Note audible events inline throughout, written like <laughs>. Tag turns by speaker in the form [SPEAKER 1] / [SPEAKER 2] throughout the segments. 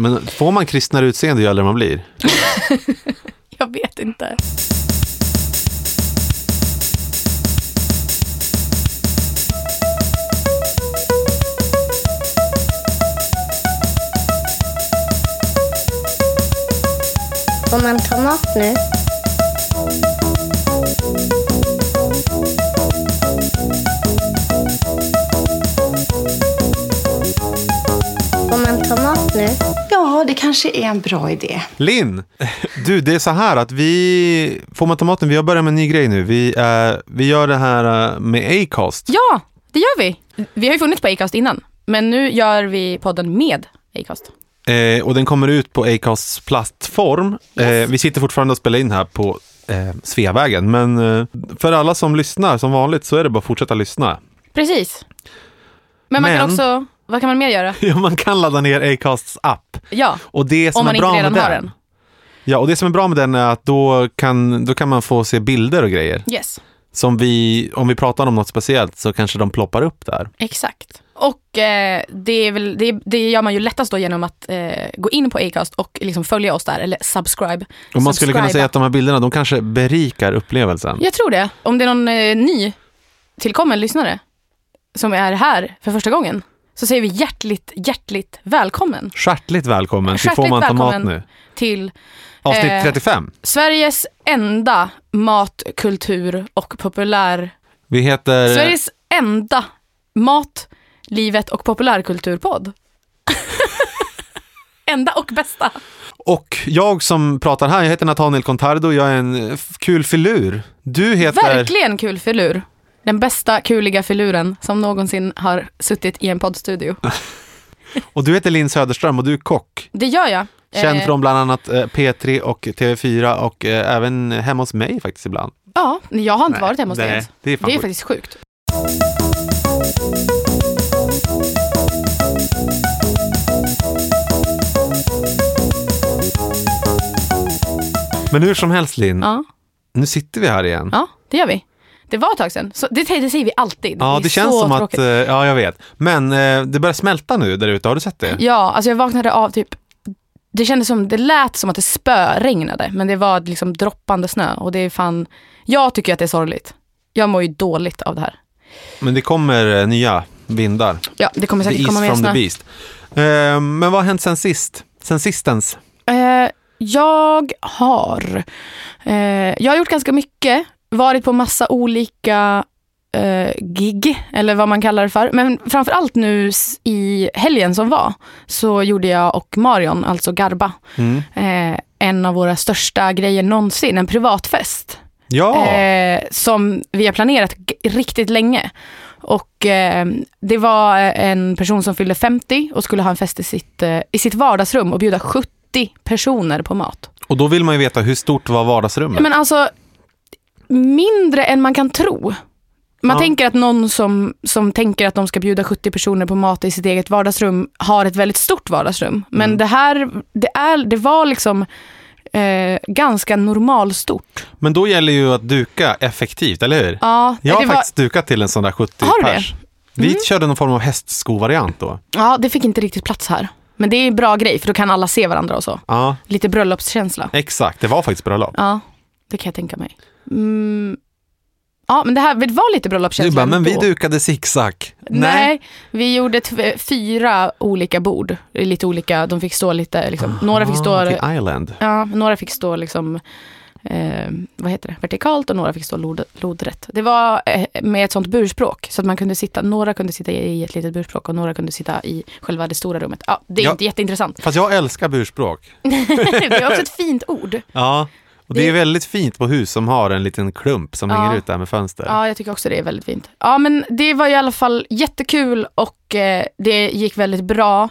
[SPEAKER 1] Men får man kristnare utseende ju äldre man blir?
[SPEAKER 2] <laughs> Jag vet inte.
[SPEAKER 3] Får man tomat nu? Får man tomat nu?
[SPEAKER 4] Ja, det kanske är en bra idé.
[SPEAKER 1] Linn! Du, det är så här att vi... Får man ta maten? Vi har börjat med en ny grej nu. Vi, eh, vi gör det här eh, med Acast.
[SPEAKER 2] Ja, det gör vi. Vi har ju funnits på Acast innan, men nu gör vi podden med Acast.
[SPEAKER 1] Eh, och den kommer ut på Acasts plattform. Eh, vi sitter fortfarande och spelar in här på eh, Sveavägen. Men eh, för alla som lyssnar, som vanligt, så är det bara att fortsätta lyssna. <laughs>
[SPEAKER 2] Precis. Men man
[SPEAKER 1] Men-
[SPEAKER 2] kan också, vad kan man mer göra?
[SPEAKER 1] Ja, man kan ladda ner Acasts app.
[SPEAKER 2] Ja,
[SPEAKER 1] Och det som
[SPEAKER 2] om man
[SPEAKER 1] är
[SPEAKER 2] inte
[SPEAKER 1] bra
[SPEAKER 2] redan
[SPEAKER 1] med
[SPEAKER 2] har
[SPEAKER 1] den,
[SPEAKER 2] den.
[SPEAKER 1] Ja, och det som är bra med den är att då kan, då kan man få se bilder och grejer.
[SPEAKER 2] Yes,
[SPEAKER 1] Som vi, om vi pratar om något speciellt så kanske de ploppar upp där.
[SPEAKER 2] exakt. Och eh, det, är väl, det, det gör man ju lättast då genom att eh, gå in på Acast och liksom följa oss där, eller subscribe.
[SPEAKER 1] Och man skulle kunna
[SPEAKER 2] Subscriba.
[SPEAKER 1] säga att de här bilderna, de kanske berikar upplevelsen.
[SPEAKER 2] Jag tror det. Om det är någon eh, ny tillkommen lyssnare som är här för första gången så säger vi hjärtligt, hjärtligt välkommen
[SPEAKER 1] Stjärtligt välkommen till Får
[SPEAKER 2] Stjärtligt
[SPEAKER 1] man ta mat
[SPEAKER 2] välkommen.
[SPEAKER 1] nu?
[SPEAKER 2] till
[SPEAKER 1] Avsnitt
[SPEAKER 2] Eh.
[SPEAKER 1] 35.
[SPEAKER 2] Sveriges enda mat, kultur och populär...
[SPEAKER 1] Vi heter...
[SPEAKER 2] Sveriges enda mat, livet och populärkulturpodd. <laughs> enda och bästa.
[SPEAKER 1] Och jag som pratar här, jag heter Nathaniel Contardo, jag är en eh, f- kul filur. Du heter...
[SPEAKER 2] Verkligen kul filur. Den bästa kuliga filuren som någonsin har suttit i en poddstudio.
[SPEAKER 1] Och du heter Linn Söderström och du är kock.
[SPEAKER 2] Det gör jag.
[SPEAKER 1] Känd
[SPEAKER 2] Eh,
[SPEAKER 1] från bland annat eh, P3 och TV4 och eh, även hemma hos mig faktiskt ibland.
[SPEAKER 2] Ja, jag har inte
[SPEAKER 1] Nej,
[SPEAKER 2] varit hemma hos dig
[SPEAKER 1] nej,
[SPEAKER 2] ens.
[SPEAKER 1] det är fan
[SPEAKER 2] det
[SPEAKER 1] sjukt.
[SPEAKER 2] är faktiskt sjukt.
[SPEAKER 1] Men hur som helst Linn,
[SPEAKER 2] Ja,
[SPEAKER 1] nu sitter vi här igen.
[SPEAKER 2] ja, det gör vi. Det var ett tag sedan. Så det, det säger vi alltid.
[SPEAKER 1] Ja,
[SPEAKER 2] är
[SPEAKER 1] det känns
[SPEAKER 2] så
[SPEAKER 1] som
[SPEAKER 2] tråkigt.
[SPEAKER 1] att, eh, ja jag vet. Men eh, det börjar smälta nu där ute, har du sett det?
[SPEAKER 2] <laughs> Ja, alltså jag vaknade av typ... Det kändes som, det lät som att det spöregnade, men det var liksom droppande snö. Och det är fan... Jag tycker att det är sorgligt. Jag mår ju dåligt av det här.
[SPEAKER 1] Men det kommer eh, nya vindar.
[SPEAKER 2] Ja, det kommer
[SPEAKER 1] The
[SPEAKER 2] säkert komma
[SPEAKER 1] East from
[SPEAKER 2] mer
[SPEAKER 1] the
[SPEAKER 2] snö.
[SPEAKER 1] Beast. Eh, men vad har hänt sen sist? Sen sistens?
[SPEAKER 2] Eh, jag har... Eh, jag har gjort ganska mycket. Varit på massa olika eh, gig, eller vad man kallar det för. Men framförallt nu s- i helgen som var, så gjorde jag och Marion, alltså Garba,
[SPEAKER 1] Mm.
[SPEAKER 2] eh, en av våra största grejer någonsin, en privatfest.
[SPEAKER 1] Ja,
[SPEAKER 2] Eh, som vi har planerat g- riktigt länge. Och eh, det var eh, en person som fyllde 50 och skulle ha en fest i sitt, eh, i sitt vardagsrum och bjuda 70 personer på mat.
[SPEAKER 1] och då vill man ju veta hur stort var vardagsrummet?
[SPEAKER 2] Men alltså, mindre än man kan tro. Man
[SPEAKER 1] Ja.
[SPEAKER 2] tänker att någon som, som tänker att de ska bjuda 70 personer på mat i sitt eget vardagsrum har ett väldigt stort vardagsrum. Men
[SPEAKER 1] Mm.
[SPEAKER 2] det här, det, är, det var liksom eh, ganska normalstort.
[SPEAKER 1] Men då gäller ju att duka effektivt, eller hur?
[SPEAKER 2] Ja,
[SPEAKER 1] Jag har
[SPEAKER 2] Eh, det var-
[SPEAKER 1] faktiskt dukat till en sån där 70
[SPEAKER 2] Har du det? Mm.
[SPEAKER 1] pers. Vi körde någon form av hästsko-variant då.
[SPEAKER 2] Ja, det fick inte riktigt plats här. Men det är en bra grej, för då kan alla se varandra och så.
[SPEAKER 1] Ja,
[SPEAKER 2] Lite bröllopskänsla.
[SPEAKER 1] exakt. Det var faktiskt bröllop.
[SPEAKER 2] Ja, det kan jag tänka mig. Mm. Ja, men det här det var lite
[SPEAKER 1] Du
[SPEAKER 2] bröllopskänsla
[SPEAKER 1] bara, men vi
[SPEAKER 2] ändå.
[SPEAKER 1] dukade zigzag.
[SPEAKER 2] Nej, vi gjorde tv- fyra olika bord. Lite olika, de fick stå lite, liksom. några fick stå,
[SPEAKER 1] Ah, till Island.
[SPEAKER 2] ja, några fick stå liksom, eh, vad heter det, vertikalt och några fick stå lod, lodrätt. Det var eh, med ett sånt burspråk, så att man kunde sitta, några kunde sitta i ett litet burspråk och några kunde sitta i själva det stora rummet. Ja, det är
[SPEAKER 1] Ja.
[SPEAKER 2] inte jätteintressant. <laughs>
[SPEAKER 1] Fast jag älskar burspråk.
[SPEAKER 2] Det är också ett fint ord.
[SPEAKER 1] Ja. Och det är väldigt fint på hus som har en liten klump som
[SPEAKER 2] Ja.
[SPEAKER 1] hänger ut där med fönster.
[SPEAKER 2] Ja, jag tycker också det är väldigt fint. Ja, men det var i alla fall jättekul och eh, det gick väldigt bra.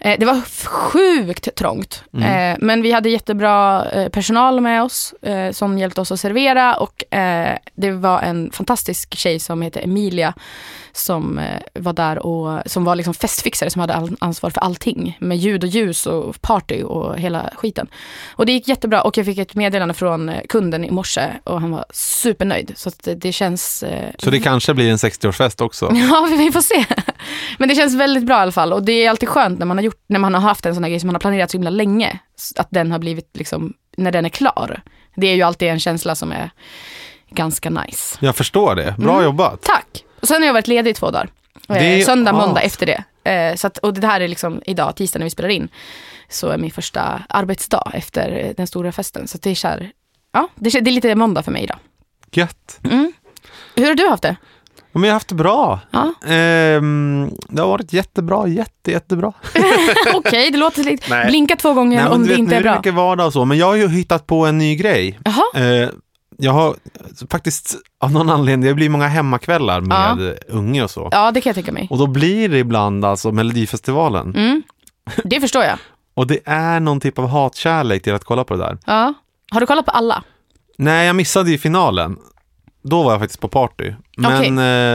[SPEAKER 2] Eh, det var f- sjukt trångt, eh, men vi hade jättebra eh, personal med oss eh, som hjälpte oss att servera och eh, det var en fantastisk tjej som heter Emilia som eh, var där och som var liksom festfixare som hade all, ansvar för allting med ljud och ljus och party och hela skiten. Och det gick jättebra och jag fick ett meddelande från eh, kunden i morse och han var supernöjd så att det, det känns eh, <laughs>
[SPEAKER 1] Så det kanske blir en 60-årsfest också.
[SPEAKER 2] Ja, vi får se. <laughs> Men det känns väldigt bra i alla fall. Och det är alltid skönt när man har, gjort, när man har haft en sån här grej som man har planerat så himla länge. s- Att den har blivit liksom, när den är klar. Det är ju alltid en känsla som är ganska nice.
[SPEAKER 1] Jag förstår det. Bra
[SPEAKER 2] Mm.
[SPEAKER 1] jobbat.
[SPEAKER 2] Tack! Och sen har jag varit ledig i två dagar. Eh,
[SPEAKER 1] Det är ah.
[SPEAKER 2] Söndag,
[SPEAKER 1] allt.
[SPEAKER 2] måndag efter det. Eh, så att, och det här är liksom idag, tisdag när vi spelar in. Så är min första arbetsdag efter eh, den stora festen. Så att det är så här, ja, det, är- det är lite måndag för mig idag.
[SPEAKER 1] Gött.
[SPEAKER 2] Hur har du
[SPEAKER 1] <laughs>
[SPEAKER 2] haft det?
[SPEAKER 1] Ja, Men jag har haft det bra.
[SPEAKER 2] Ja.
[SPEAKER 1] Ehm, det har varit jättebra, jätte, jättebra.
[SPEAKER 2] Okej, det låter lite...
[SPEAKER 1] Nej.
[SPEAKER 2] Blinka två gånger
[SPEAKER 1] Nej, men
[SPEAKER 2] om
[SPEAKER 1] du
[SPEAKER 2] det
[SPEAKER 1] vet,
[SPEAKER 2] inte
[SPEAKER 1] nu
[SPEAKER 2] är bra.
[SPEAKER 1] det mycket vardag och så, men jag har ju hittat på en ny grej.
[SPEAKER 2] Jaha.
[SPEAKER 1] Eh, jag har faktiskt av någon anledning, det blir många hemmakvällar med unge och så.
[SPEAKER 2] Ja, det kan jag tänka mig.
[SPEAKER 1] Och då blir det ibland alltså Melodifestivalen.
[SPEAKER 2] Mm. Det förstår jag.
[SPEAKER 1] Och det är någon typ av hatkärlek till att kolla på det där.
[SPEAKER 2] Ja. Har du kollat på alla?
[SPEAKER 1] Nej, jag missade ju finalen. Då var jag faktiskt på party. Men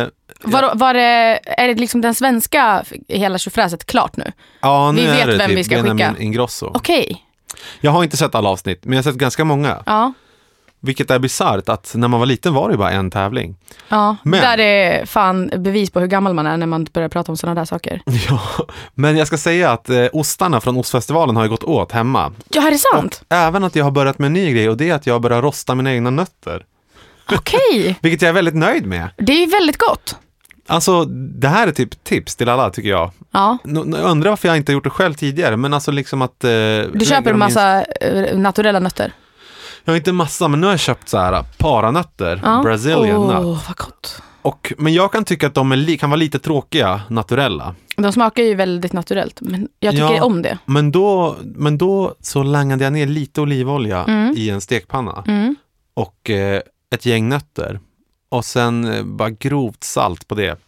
[SPEAKER 1] eh,
[SPEAKER 2] Var, var det, är det liksom den svenska f- hela tjofräset klart nu?
[SPEAKER 1] ja, nu
[SPEAKER 2] Vi vet
[SPEAKER 1] är det
[SPEAKER 2] vem
[SPEAKER 1] typ
[SPEAKER 2] vi ska
[SPEAKER 1] Benjamin
[SPEAKER 2] skicka.
[SPEAKER 1] Ingrosso.
[SPEAKER 2] Okej.
[SPEAKER 1] Jag har inte sett alla avsnitt, men jag har sett ganska många.
[SPEAKER 2] Ja.
[SPEAKER 1] Vilket är bisarrt att när man var liten var det ju bara en tävling.
[SPEAKER 2] ja.
[SPEAKER 1] Men-
[SPEAKER 2] Där är fan bevis på hur gammal man är när man börjar prata om sådana där saker.
[SPEAKER 1] Ja, men jag ska säga att eh, ostarna från ostfestivalen har ju gått åt hemma.
[SPEAKER 2] Ja, är det
[SPEAKER 1] <laughs>
[SPEAKER 2] sant?
[SPEAKER 1] Även att jag har börjat med en ny grej och det är att jag börjar rosta mina egna nötter.
[SPEAKER 2] Okej.
[SPEAKER 1] Vilket jag är väldigt nöjd med.
[SPEAKER 2] Det är väldigt gott.
[SPEAKER 1] Alltså, det här är typ tips till alla tycker jag.
[SPEAKER 2] Ja.
[SPEAKER 1] Nå- nå- Jag undrar varför jag inte har gjort det själv tidigare, men alltså liksom att... Eh,
[SPEAKER 2] Du köper en massa eh, naturella nötter.
[SPEAKER 1] Jag har inte massa, men nu har jag köpt så här paranötter,
[SPEAKER 2] Ja.
[SPEAKER 1] brazilian
[SPEAKER 2] Åh,
[SPEAKER 1] nut.
[SPEAKER 2] vad gott.
[SPEAKER 1] Och, men jag kan tycka att de är li- kan vara lite tråkiga, naturella.
[SPEAKER 2] De smakar ju väldigt naturellt, men jag tycker
[SPEAKER 1] Ja.
[SPEAKER 2] om det.
[SPEAKER 1] Men då, men då så langade jag ner lite olivolja
[SPEAKER 2] Mm.
[SPEAKER 1] i en stekpanna och eh, ett gäng nötter och sen eh, bara grovt salt på det.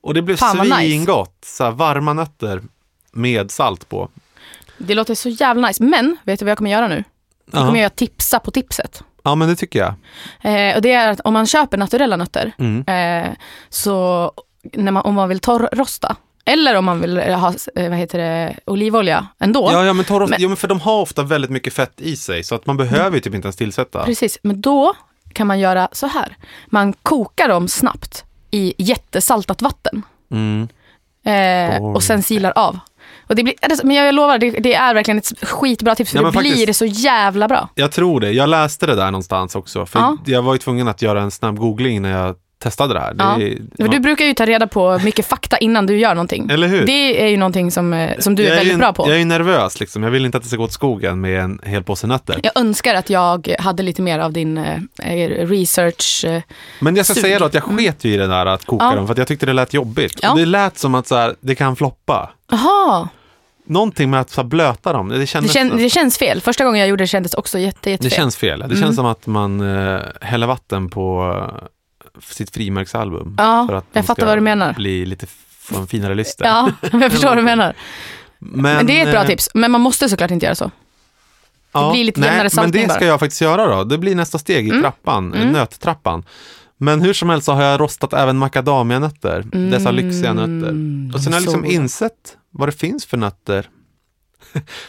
[SPEAKER 1] Och det blev
[SPEAKER 2] Fan, vad nice.
[SPEAKER 1] svingott, så här varma nötter med salt på.
[SPEAKER 2] Det låter så jävla nice. Men, vet du vad jag kommer göra nu? Jag
[SPEAKER 1] Ja.
[SPEAKER 2] kommer göra tipsa på tipset.
[SPEAKER 1] Ja, men det tycker jag.
[SPEAKER 2] Eh, och det är att om man köper naturella nötter,
[SPEAKER 1] Mm.
[SPEAKER 2] eh, så när man, om man vill torrrosta, eller om man vill eh, ha eh, vad heter det, olivolja ändå,
[SPEAKER 1] Ja, ja, men, torr,
[SPEAKER 2] Men-
[SPEAKER 1] ja, men för de har ofta väldigt mycket fett i sig så att man behöver ju typ inte ens tillsätta.
[SPEAKER 2] precis, men då kan man göra så här. Man kokar dem snabbt i jättesaltat vatten
[SPEAKER 1] Mm.
[SPEAKER 2] eh, och sen silar av. Och det blir, alltså, men jag lovar, det, det är verkligen ett skitbra tips för
[SPEAKER 1] Ja,
[SPEAKER 2] det
[SPEAKER 1] men faktiskt-
[SPEAKER 2] blir så jävla bra.
[SPEAKER 1] Jag tror det. Jag läste det där någonstans också. För
[SPEAKER 2] Ja.
[SPEAKER 1] Jag var ju tvungen att göra en snabb googling när jag testade det här. Det,
[SPEAKER 2] Ja.
[SPEAKER 1] är-
[SPEAKER 2] Men du brukar ju ta reda på mycket fakta innan du gör någonting.
[SPEAKER 1] Eller hur?
[SPEAKER 2] Det är ju någonting som, eh, som du är
[SPEAKER 1] jag
[SPEAKER 2] väldigt
[SPEAKER 1] ju,
[SPEAKER 2] bra på.
[SPEAKER 1] Jag är ju nervös, liksom. jag vill inte att det ska gå åt skogen med en hel påse nötter.
[SPEAKER 2] Jag önskar att jag hade lite mer av din eh, er research. eh.
[SPEAKER 1] Men jag ska
[SPEAKER 2] Sug. Mm.
[SPEAKER 1] säga då att jag sket ju i det där att koka
[SPEAKER 2] Ja.
[SPEAKER 1] dem, för att jag tyckte det lät jobbigt.
[SPEAKER 2] Ja.
[SPEAKER 1] Och det lät som att så här, det kan floppa.
[SPEAKER 2] Jaha,
[SPEAKER 1] Någonting med att så här, blöta dem, det
[SPEAKER 2] det,
[SPEAKER 1] kändes,
[SPEAKER 2] kän, det känns fel. Första gången jag gjorde det kändes också jätte, jättefel.
[SPEAKER 1] det känns fel. Det
[SPEAKER 2] Mm.
[SPEAKER 1] känns som att man eh, häller vatten på eh, sitt frimärksalbum.
[SPEAKER 2] Ja,
[SPEAKER 1] för att
[SPEAKER 2] jag
[SPEAKER 1] de
[SPEAKER 2] fattar
[SPEAKER 1] ska
[SPEAKER 2] vad du menar.
[SPEAKER 1] bli lite få en finare lyster.
[SPEAKER 2] Ja, <laughs> jag förstår vad du menar. Men det är ett bra
[SPEAKER 1] eh,
[SPEAKER 2] tips. Men man måste såklart inte göra så.
[SPEAKER 1] Ja,
[SPEAKER 2] blir lite
[SPEAKER 1] nej,
[SPEAKER 2] jämnare
[SPEAKER 1] Men
[SPEAKER 2] saltning
[SPEAKER 1] det
[SPEAKER 2] bara. Mm.
[SPEAKER 1] ska jag faktiskt göra då. Det blir nästa steg i trappan, eh, nöttrappan. Men hur som helst så har jag rostat även macadamianötter, Mm. dessa lyxiga nötter. Och sen har jag
[SPEAKER 2] Mm. så
[SPEAKER 1] liksom
[SPEAKER 2] goda.
[SPEAKER 1] insett vad det finns för nötter. <laughs>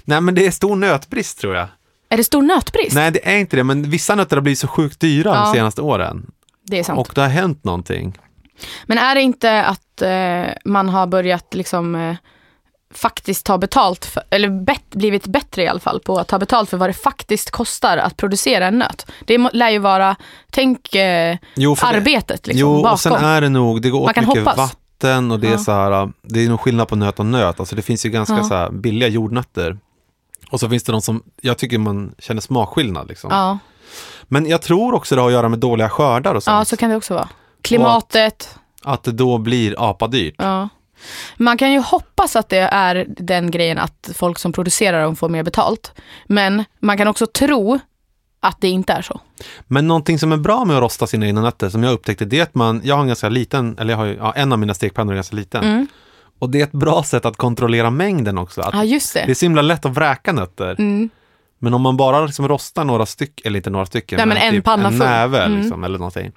[SPEAKER 1] Nej men det är stor nötbrist tror jag.
[SPEAKER 2] Är det stor nötbrist?
[SPEAKER 1] Nej det är inte det, men vissa nötter har blivit så sjukt dyra
[SPEAKER 2] Ja.
[SPEAKER 1] de senaste åren.
[SPEAKER 2] Det är sant.
[SPEAKER 1] Och det har hänt någonting.
[SPEAKER 2] Men är det inte att eh, man har börjat liksom eh, faktiskt ta betalt, för, eller bet, blivit bättre i alla fall på att ta betalt för vad det faktiskt kostar att producera en nöt? Det må, lär ju vara, tänk eh,
[SPEAKER 1] Jo, för det-
[SPEAKER 2] arbetet liksom,
[SPEAKER 1] jo
[SPEAKER 2] bakom.
[SPEAKER 1] och sen är det nog, det går
[SPEAKER 2] Man
[SPEAKER 1] åt
[SPEAKER 2] kan
[SPEAKER 1] mycket
[SPEAKER 2] hoppas.
[SPEAKER 1] vatten och det är
[SPEAKER 2] Ja.
[SPEAKER 1] så här, äh, det är nog skillnad på nöt och nöt. Alltså det finns ju ganska
[SPEAKER 2] Ja.
[SPEAKER 1] så här billiga jordnötter. Och så finns det de som, jag tycker man känner smakskillnad liksom.
[SPEAKER 2] ja.
[SPEAKER 1] Men jag tror också det har att göra med dåliga skördar och sånt.
[SPEAKER 2] Ja, så kan det också vara. Klimatet.
[SPEAKER 1] Att det då blir apadyrt.
[SPEAKER 2] Ja. Man kan ju hoppas att det är den grejen att folk som producerar dem får mer betalt. Men man kan också tro att det inte är så.
[SPEAKER 1] Men någonting som är bra med att rosta sina egna nötter som jag upptäckte det är att man, jag har en ganska liten, eller jag har ju, ja, en av mina stekpannor är ganska liten.
[SPEAKER 2] Mm.
[SPEAKER 1] Och det är ett bra sätt att kontrollera mängden också. Att
[SPEAKER 2] Ja, just det.
[SPEAKER 1] Det är så himla lätt att vräka nötter.
[SPEAKER 2] Mm.
[SPEAKER 1] Men om man bara liksom rostar några stycken, eller inte några stycken, typ
[SPEAKER 2] Nej, men en panna
[SPEAKER 1] en
[SPEAKER 2] full. Mm.
[SPEAKER 1] näve liksom, eller någonting.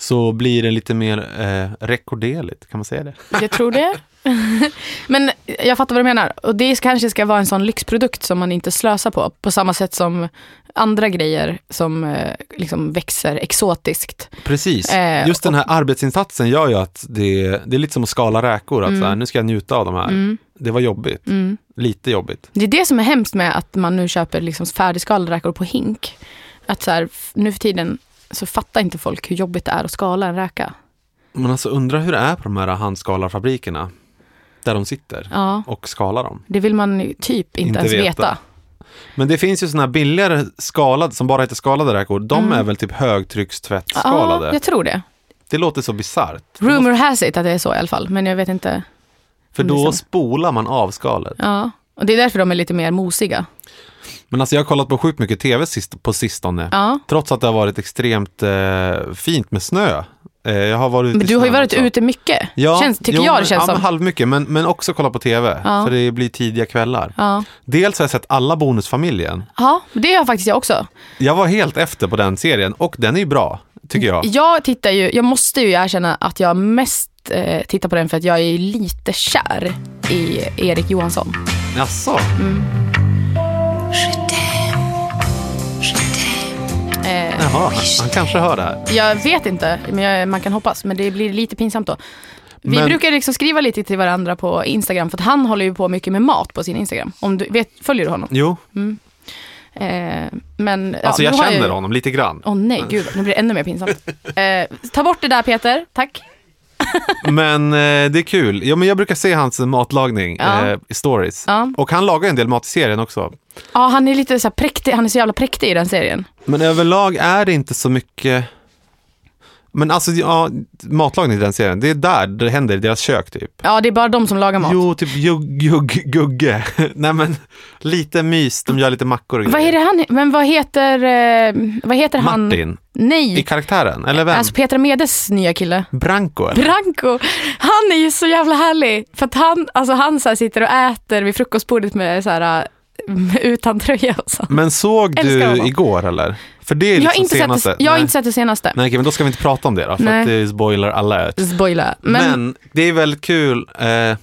[SPEAKER 1] Så blir det lite mer eh, rekorderligt, kan man säga det?
[SPEAKER 2] Jag tror det. <laughs> Men jag fattar vad du menar. Och det kanske ska vara en sån lyxprodukt som man inte slösar på. På samma sätt som andra grejer som eh, liksom växer exotiskt.
[SPEAKER 1] Precis,
[SPEAKER 2] Eh,
[SPEAKER 1] just den här arbetsinsatsen gör ju att det, det är lite som att skala räkor, att
[SPEAKER 2] Mm.
[SPEAKER 1] så här, nu ska jag njuta av de här. Det var jobbigt, lite jobbigt.
[SPEAKER 2] Det är det som är hemskt med att man nu köper liksom färdigskalade räkor på hink. Att så här, f- nu för tiden så fattar inte folk hur jobbigt det är att skala en räka.
[SPEAKER 1] Men alltså undra hur det är på de här handskalarfabrikerna, där de sitter
[SPEAKER 2] Ja,
[SPEAKER 1] och skalar dem.
[SPEAKER 2] det vill man ju typ inte,
[SPEAKER 1] Inte
[SPEAKER 2] ens veta.
[SPEAKER 1] veta. Men det finns ju sådana här billigare skalade, som bara heter skalade räkor, de är väl typ högtryckstvättskalade.
[SPEAKER 2] Mm. Ja, jag tror det.
[SPEAKER 1] Det låter så bisarrt.
[SPEAKER 2] Rumor has it att det är så i alla fall, men jag vet inte.
[SPEAKER 1] För
[SPEAKER 2] om Mm, det
[SPEAKER 1] då
[SPEAKER 2] stämmer.
[SPEAKER 1] spolar man av skalet.
[SPEAKER 2] Ja, och det är därför de är lite mer mosiga.
[SPEAKER 1] Men alltså jag har kollat på sjukt mycket tv sist, på sistone.
[SPEAKER 2] Ja.
[SPEAKER 1] Trots att det har varit extremt eh, fint med snö. Eh, jag har varit ute
[SPEAKER 2] Men
[SPEAKER 1] i
[SPEAKER 2] du har ju
[SPEAKER 1] snön
[SPEAKER 2] varit
[SPEAKER 1] också.
[SPEAKER 2] ute mycket,
[SPEAKER 1] Ja,
[SPEAKER 2] känns, tycker
[SPEAKER 1] jo,
[SPEAKER 2] jag
[SPEAKER 1] men-
[SPEAKER 2] det känns
[SPEAKER 1] ja,
[SPEAKER 2] som.
[SPEAKER 1] Men halvmycket, men, men också kolla på tv.
[SPEAKER 2] Ja.
[SPEAKER 1] För det blir tidiga kvällar.
[SPEAKER 2] Ja.
[SPEAKER 1] Dels har jag sett alla Bonusfamiljen.
[SPEAKER 2] ja, det har faktiskt jag också.
[SPEAKER 1] Jag var helt efter på den serien och den är ju bra, tycker jag.
[SPEAKER 2] Jag tittar ju, jag måste ju erkänna att jag mest eh, tittar på den för att jag är lite kär i Erik Johansson.
[SPEAKER 1] Jaså?
[SPEAKER 2] Mm.
[SPEAKER 1] Jaha, han kanske hör det här.
[SPEAKER 2] Jag vet inte, men jag, man kan hoppas. Men det blir lite pinsamt då. Vi
[SPEAKER 1] Men-
[SPEAKER 2] brukar liksom skriva lite till varandra på Instagram, för att han håller ju på mycket med mat på sin Instagram. Om du vet, följer du honom?
[SPEAKER 1] Jo,
[SPEAKER 2] Eh, men,
[SPEAKER 1] alltså
[SPEAKER 2] Mm. ja,
[SPEAKER 1] jag
[SPEAKER 2] nu har
[SPEAKER 1] känner
[SPEAKER 2] ju-
[SPEAKER 1] honom lite grann.
[SPEAKER 2] Åh nej, gud, nu blir det ännu
[SPEAKER 1] <laughs>
[SPEAKER 2] mer pinsamt. Eh, ta bort det där Peter, tack.
[SPEAKER 1] Men eh, det är kul. Ja, men jag brukar se hans matlagning
[SPEAKER 2] Ja.
[SPEAKER 1] eh, i stories.
[SPEAKER 2] Ja.
[SPEAKER 1] Och han lagar ju en del mat i serien också.
[SPEAKER 2] Ja, han är lite så här präktig, han är så jävla präktig i den serien.
[SPEAKER 1] Men överlag är det inte så mycket... Men alltså, ja, matlagning i den serien, det är där det händer, i deras kök typ.
[SPEAKER 2] Ja, det är bara de som lagar mat.
[SPEAKER 1] Jo, typ jugg, jugg, gugge. <laughs> Nej men, lite mys, de gör lite mackor och
[SPEAKER 2] Vad är det han, men vad heter, eh, vad heter han?
[SPEAKER 1] Martin, i
[SPEAKER 2] Nej,
[SPEAKER 1] karaktären, eller vem?
[SPEAKER 2] Mm. alltså Petra Medes nya kille.
[SPEAKER 1] Branko? eller?
[SPEAKER 2] Branko, han är ju så jävla härlig. För att han, alltså han så här sitter och äter vid frukostbordet med så här, eh, utan tröja och så.
[SPEAKER 1] Men såg
[SPEAKER 2] Älskar
[SPEAKER 1] du
[SPEAKER 2] honom.
[SPEAKER 1] igår eller? För det är
[SPEAKER 2] Jag
[SPEAKER 1] liksom
[SPEAKER 2] har, inte sett,
[SPEAKER 1] senaste.
[SPEAKER 2] det- jag har
[SPEAKER 1] Nej.
[SPEAKER 2] inte sett det senaste.
[SPEAKER 1] Nej, okej, men då ska vi inte prata om det då, för
[SPEAKER 2] Nej.
[SPEAKER 1] att det är spoiler alert.
[SPEAKER 2] Spoiler. Men,
[SPEAKER 1] Men,
[SPEAKER 2] men,
[SPEAKER 1] det är väldigt kul. Eh,
[SPEAKER 2] det är-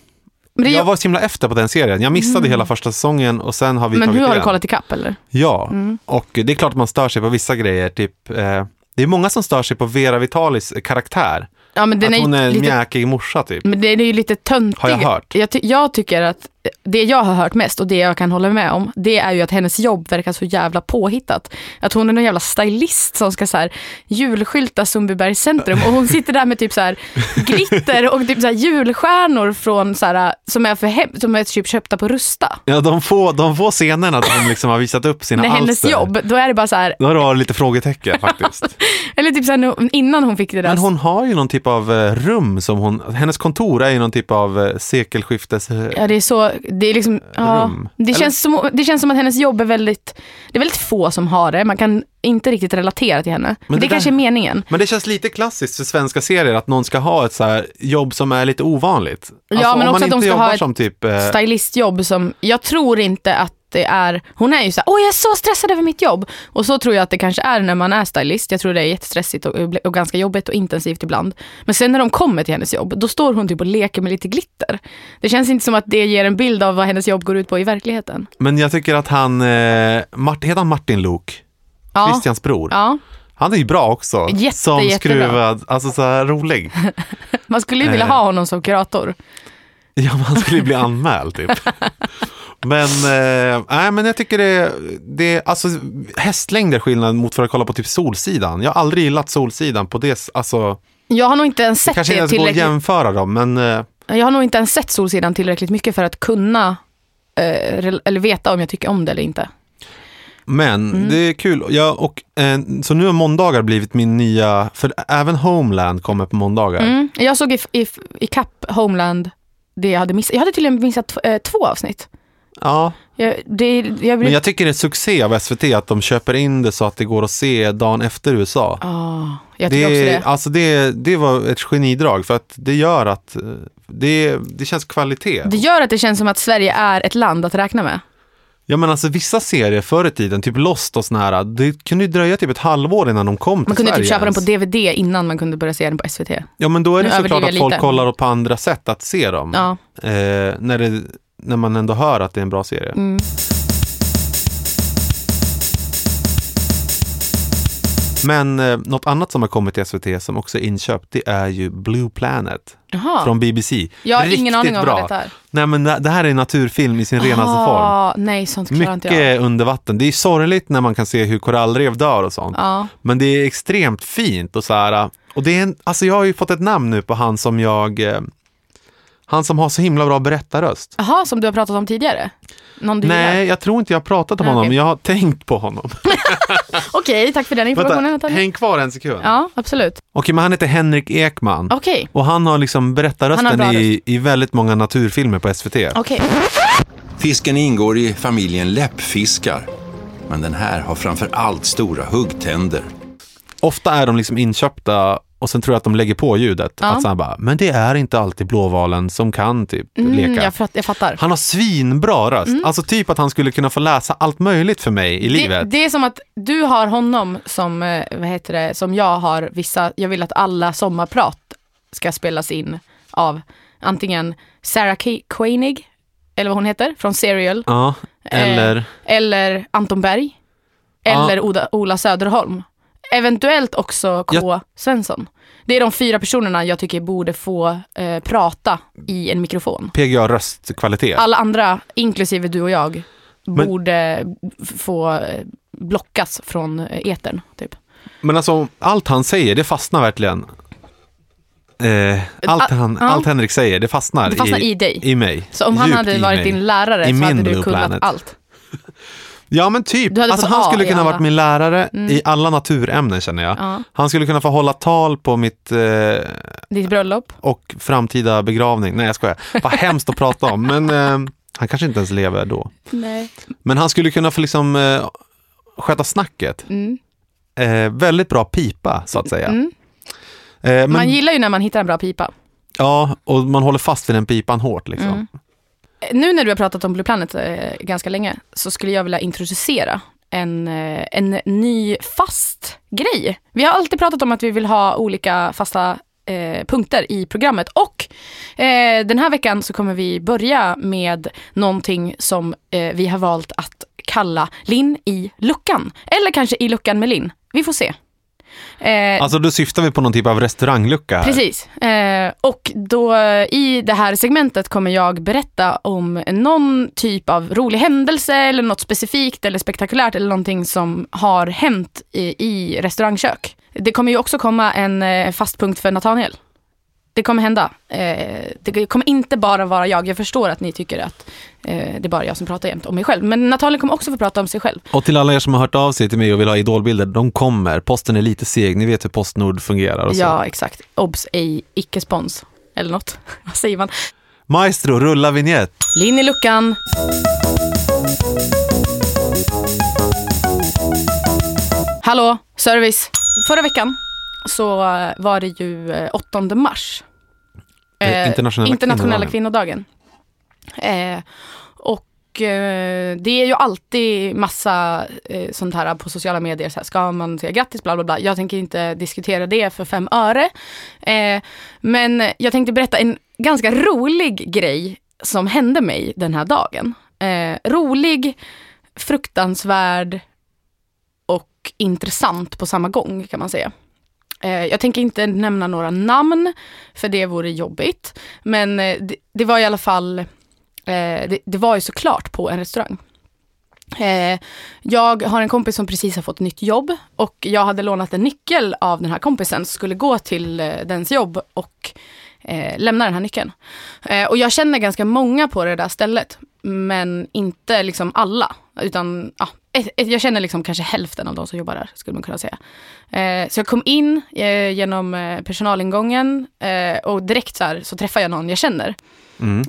[SPEAKER 1] jag var så himla efter på den serien. Jag missade hela första säsongen och sen har vi
[SPEAKER 2] men
[SPEAKER 1] tagit
[SPEAKER 2] du har
[SPEAKER 1] igen.
[SPEAKER 2] kollat Mm. ikapp eller?
[SPEAKER 1] Ja, och det är klart att man stör sig på vissa grejer. Typ, eh, det är många som stör sig på Vera Vitalis karaktär.
[SPEAKER 2] Ja, men den
[SPEAKER 1] att
[SPEAKER 2] är
[SPEAKER 1] hon
[SPEAKER 2] ju
[SPEAKER 1] är en
[SPEAKER 2] lite Mm.
[SPEAKER 1] mjäkig morsa typ.
[SPEAKER 2] Men det är ju lite töntig.
[SPEAKER 1] Har jag hört?
[SPEAKER 2] Jag, ty- jag tycker att det jag har hört mest och det jag kan hålla med om, det är ju att hennes jobb verkar så jävla påhittat. Att hon är någon jävla stylist som ska så här julskylta Sundbybergs centrum och hon sitter där med typ så här glitter och typ så här julstjärnor från så här, som är för hem- som är typ köpta på Rusta.
[SPEAKER 1] Ja, de få, de få scenerna där hon liksom har visat upp sina
[SPEAKER 2] När
[SPEAKER 1] alster.
[SPEAKER 2] hennes jobb, då är det bara så här,
[SPEAKER 1] Då har du lite frågetecken
[SPEAKER 2] <laughs>
[SPEAKER 1] faktiskt.
[SPEAKER 2] eller typ så här, nu- innan hon fick det där.
[SPEAKER 1] Men hon har ju någon typ av eh, rum som hon, hennes kontor är ju någon typ av eh, sekelskiftes... eh,
[SPEAKER 2] Ja det är så, det är liksom, ja,
[SPEAKER 1] Rum.
[SPEAKER 2] det,
[SPEAKER 1] Eller-
[SPEAKER 2] känns som, det känns som att hennes jobb är väldigt, det är väldigt få som har det, man kan inte riktigt relatera till henne. Men, det,
[SPEAKER 1] det där-
[SPEAKER 2] kanske är meningen.
[SPEAKER 1] Men det känns lite klassiskt för svenska serier att någon ska ha ett så här jobb som är lite ovanligt. Alltså,
[SPEAKER 2] Ja, men
[SPEAKER 1] om
[SPEAKER 2] också
[SPEAKER 1] man
[SPEAKER 2] att de
[SPEAKER 1] inte
[SPEAKER 2] ska
[SPEAKER 1] jobbar
[SPEAKER 2] ha ett
[SPEAKER 1] som typ... eh,
[SPEAKER 2] Stylistjobb som, jag tror inte att det är, hon är ju såhär, åh jag är så stressad över mitt jobb. Och så tror jag att det kanske är när man är stylist, jag tror det är jättestressigt och, och ganska jobbigt och intensivt ibland. Men sen när de kommer till hennes jobb, då står hon typ och leker med lite glitter. Det känns inte som att det ger en bild av vad hennes jobb går ut på i verkligheten.
[SPEAKER 1] Men jag tycker att han, eh, Martin, heter han Martin Lok?
[SPEAKER 2] Ja.
[SPEAKER 1] Christians bror.
[SPEAKER 2] Ja,
[SPEAKER 1] Han är ju bra också.
[SPEAKER 2] Jätte,
[SPEAKER 1] som
[SPEAKER 2] jättebra.
[SPEAKER 1] skruvad, alltså så här rolig.
[SPEAKER 2] man skulle ju vilja
[SPEAKER 1] Eh.
[SPEAKER 2] ha honom som kurator.
[SPEAKER 1] Ja, men han skulle ju bli anmäld typ. Men, eh, nej, men jag tycker det, det alltså hästlängd är skillnad mot för att kolla på typ Solsidan. Jag har aldrig gillat Solsidan på det, s- alltså
[SPEAKER 2] Jag har nog inte ens sett
[SPEAKER 1] kanske inte
[SPEAKER 2] det
[SPEAKER 1] ens går att
[SPEAKER 2] tillräckligt.
[SPEAKER 1] jämföra dem, men eh,
[SPEAKER 2] Jag har nog inte ens sett Solsidan tillräckligt mycket för att kunna eh, rel- eller veta om jag tycker om det eller inte.
[SPEAKER 1] Men
[SPEAKER 2] Mm.
[SPEAKER 1] det är kul. Ja, och, eh, så nu har måndagar blivit min nya, för även Homeland kommer på måndagar.
[SPEAKER 2] Mm. Jag såg i, i, i Homeland det jag hade missat. Jag hade tydligen missat tv- eh, två avsnitt.
[SPEAKER 1] Ja,
[SPEAKER 2] Jag, det, jag blir...
[SPEAKER 1] men jag tycker det är succé av SVT att de köper in det så att det går att se dagen efter USA.
[SPEAKER 2] Ah, jag tycker också det.
[SPEAKER 1] Alltså det, det var ett genidrag för att det gör att eh, det, det känns kvalitet.
[SPEAKER 2] Det gör att det känns som att Sverige är ett land att räkna med.
[SPEAKER 1] Ja men alltså vissa serier förr i tiden, typ Lost och såna här, det kunde ju dröja typ ett halvår innan de kom till
[SPEAKER 2] Man kunde
[SPEAKER 1] Sverige alltså.
[SPEAKER 2] typ köpa den
[SPEAKER 1] ens.
[SPEAKER 2] på DVD innan man kunde börja se den på SVT.
[SPEAKER 1] Ja men då är det
[SPEAKER 2] Nu
[SPEAKER 1] såklart
[SPEAKER 2] överdriver
[SPEAKER 1] att
[SPEAKER 2] jag
[SPEAKER 1] folk
[SPEAKER 2] lite.
[SPEAKER 1] kollar på andra sätt att se dem.
[SPEAKER 2] Ja.
[SPEAKER 1] Eh, när, det, när man ändå hör att det är en bra serie.
[SPEAKER 2] Mm.
[SPEAKER 1] Men eh, något annat som har kommit till SVT som också är inköpt, det är ju Blue Planet
[SPEAKER 2] Jaha.
[SPEAKER 1] från BBC.
[SPEAKER 2] Jag har
[SPEAKER 1] Riktigt
[SPEAKER 2] ingen aning om
[SPEAKER 1] bra.
[SPEAKER 2] vad detta är.
[SPEAKER 1] Nej men det det här är en naturfilm i sin renaste form.
[SPEAKER 2] Ah, nej, sånt klarar inte jag.
[SPEAKER 1] Mycket under vatten. Det är sorgligt när man kan se hur korallrev dör och sånt.
[SPEAKER 2] Ja.
[SPEAKER 1] Men det är extremt fint och så här, och det är en, alltså jag har ju fått ett namn nu på han som jag, eh, han som har så himla bra berättarröst.
[SPEAKER 2] Jaha, som du har pratat om tidigare? Någon du
[SPEAKER 1] Nej,
[SPEAKER 2] gillar?
[SPEAKER 1] jag tror inte jag har pratat om
[SPEAKER 2] Alltså, Nej,
[SPEAKER 1] honom,
[SPEAKER 2] okej.
[SPEAKER 1] men jag har tänkt på honom.
[SPEAKER 2] Okej, tack för den
[SPEAKER 1] Vänta,
[SPEAKER 2] informationen. <laughs> Vänta,
[SPEAKER 1] häng kvar en sekund.
[SPEAKER 2] Ja, absolut.
[SPEAKER 1] Okej, men han heter Henrik Ekman.
[SPEAKER 2] Okej.
[SPEAKER 1] Och han har liksom berättarrösten
[SPEAKER 2] Han har bra
[SPEAKER 1] i, i väldigt många naturfilmer på SVT.
[SPEAKER 2] Okej.
[SPEAKER 5] Fisken ingår i familjen läppfiskar. Men den här har framför allt stora huggtänder.
[SPEAKER 1] Ofta är de liksom inköpta och sen tror jag att de lägger på ljudet. Att så här bara, men det är inte alltid blåvalen som kan typ
[SPEAKER 2] Mm,
[SPEAKER 1] leka.
[SPEAKER 2] jag, fatt, jag fattar.
[SPEAKER 1] Han har svinbra röst. Alltså typ att han skulle kunna få läsa allt möjligt för mig i
[SPEAKER 2] Det,
[SPEAKER 1] livet.
[SPEAKER 2] det är som att du har honom som, eh, vad heter det, som jag har vissa, jag vill att alla sommarprat ska spelas in av antingen Sarah Ke- Koenig, eller vad hon heter, från Serial,
[SPEAKER 1] Ja, eller...
[SPEAKER 2] Eh, eller Anton Berg,
[SPEAKER 1] Ja.
[SPEAKER 2] eller Oda, Ola Söderholm. Eventuellt också K.
[SPEAKER 1] Jag-
[SPEAKER 2] Svensson. Det är de fyra personerna jag tycker borde få eh, prata i en mikrofon.
[SPEAKER 1] PGA röstkvalitet.
[SPEAKER 2] alla andra, inklusive du och jag,
[SPEAKER 1] Men-
[SPEAKER 2] borde f- få eh, blockas från eh, etern. Typ.
[SPEAKER 1] Men alltså allt han säger, det fastnar verkligen. Eh, allt,
[SPEAKER 2] Ah,
[SPEAKER 1] han,
[SPEAKER 2] ja.
[SPEAKER 1] allt Henrik säger, det fastnar,
[SPEAKER 2] Det fastnar i dig.
[SPEAKER 1] I mig.
[SPEAKER 2] Så om han
[SPEAKER 1] Djupt
[SPEAKER 2] hade
[SPEAKER 1] i
[SPEAKER 2] varit
[SPEAKER 1] mig.
[SPEAKER 2] din lärare
[SPEAKER 1] I
[SPEAKER 2] så hade
[SPEAKER 1] min
[SPEAKER 2] du
[SPEAKER 1] Blue
[SPEAKER 2] kunnat
[SPEAKER 1] Planet.
[SPEAKER 2] allt.
[SPEAKER 1] Ja men typ.
[SPEAKER 2] Du hade
[SPEAKER 1] Alltså,
[SPEAKER 2] fått
[SPEAKER 1] han
[SPEAKER 2] A
[SPEAKER 1] skulle
[SPEAKER 2] i
[SPEAKER 1] kunna
[SPEAKER 2] alla. Mm.
[SPEAKER 1] varit min lärare i alla naturämnen känner jag.
[SPEAKER 2] Ja.
[SPEAKER 1] Han skulle kunna få hålla tal på mitt eh,
[SPEAKER 2] Ditt bröllop.
[SPEAKER 1] och framtida begravning. Nej jag skojar. Vad hemskt att prata om. Men eh, han kanske inte ens lever då.
[SPEAKER 2] Nej.
[SPEAKER 1] Men han skulle kunna få liksom eh, sköta snacket.
[SPEAKER 2] Mm.
[SPEAKER 1] Eh, väldigt bra pipa så att säga. Eh, men,
[SPEAKER 2] Man gillar ju när man hittar en bra pipa.
[SPEAKER 1] ja, och man håller fast vid den pipan hårt liksom.
[SPEAKER 2] Eh, Nu när du har pratat om Blue Planet eh, ganska länge så skulle jag vilja introducera en, eh, en ny fast grej. Vi har alltid pratat om att vi vill ha olika fasta eh, punkter i programmet och eh, den här veckan så kommer vi börja med någonting som eh, vi har valt att kalla Linn i luckan. Eller kanske i luckan med Linn. Vi får se. Eh,
[SPEAKER 1] Alltså då syftar vi på någon typ av restauranglucka här.
[SPEAKER 2] Precis. Eh, och då eh, i det här segmentet kommer jag berätta om någon typ av rolig händelse eller något specifikt eller spektakulärt eller någonting som har hänt i, i restaurangkök. Det kommer ju också komma en eh, fast punkt för Nathaniel. Det kommer hända. Eh, det kommer inte bara vara jag. Jag förstår att ni tycker att eh, det är bara jag som pratar jämt om mig själv. Men Nathaniel kommer också få prata om sig själv.
[SPEAKER 1] Och till alla er som har hört av sig till mig och vill ha idolbilder, de kommer. Posten är lite seg, ni vet hur Postnord fungerar och så.
[SPEAKER 2] Ja, exakt. Obs, ej, icke-spons. Eller något. <laughs> Vad säger man?
[SPEAKER 1] Maestro, rulla vignett.
[SPEAKER 2] Linn i luckan. Hallå, service. Förra veckan så eh, var det ju eh, 8 mars.
[SPEAKER 1] Eh, internationella
[SPEAKER 2] internationella
[SPEAKER 1] kvinnodagen.
[SPEAKER 2] kvinnodagen. Eh, och eh, det är ju alltid massa eh, sånt här på sociala medier. Så här, ska man säga grattis, bla bla bla. Jag tänker inte diskutera det för fem öre. Eh, men jag tänkte berätta en ganska rolig grej som hände mig den här dagen. Eh, rolig, fruktansvärd och intressant på samma gång kan man säga. Eh, Jag tänker inte nämna några namn, för det vore jobbigt. Men eh, det, det var i alla fall, eh, det, det var ju såklart på en restaurang. Eh, Jag har en kompis som precis har fått nytt jobb och jag hade lånat en nyckel av den här kompisen, skulle gå till eh, dens jobb och eh, lämna den här nyckeln. Eh, och jag känner ganska många på det där stället, men inte liksom alla. Utan ja, ett, ett, jag känner liksom kanske hälften av de som jobbar där, skulle man kunna säga. Eh, så jag kom in eh, genom eh, personalingången eh, och direkt så, här, så träffar jag någon jag känner.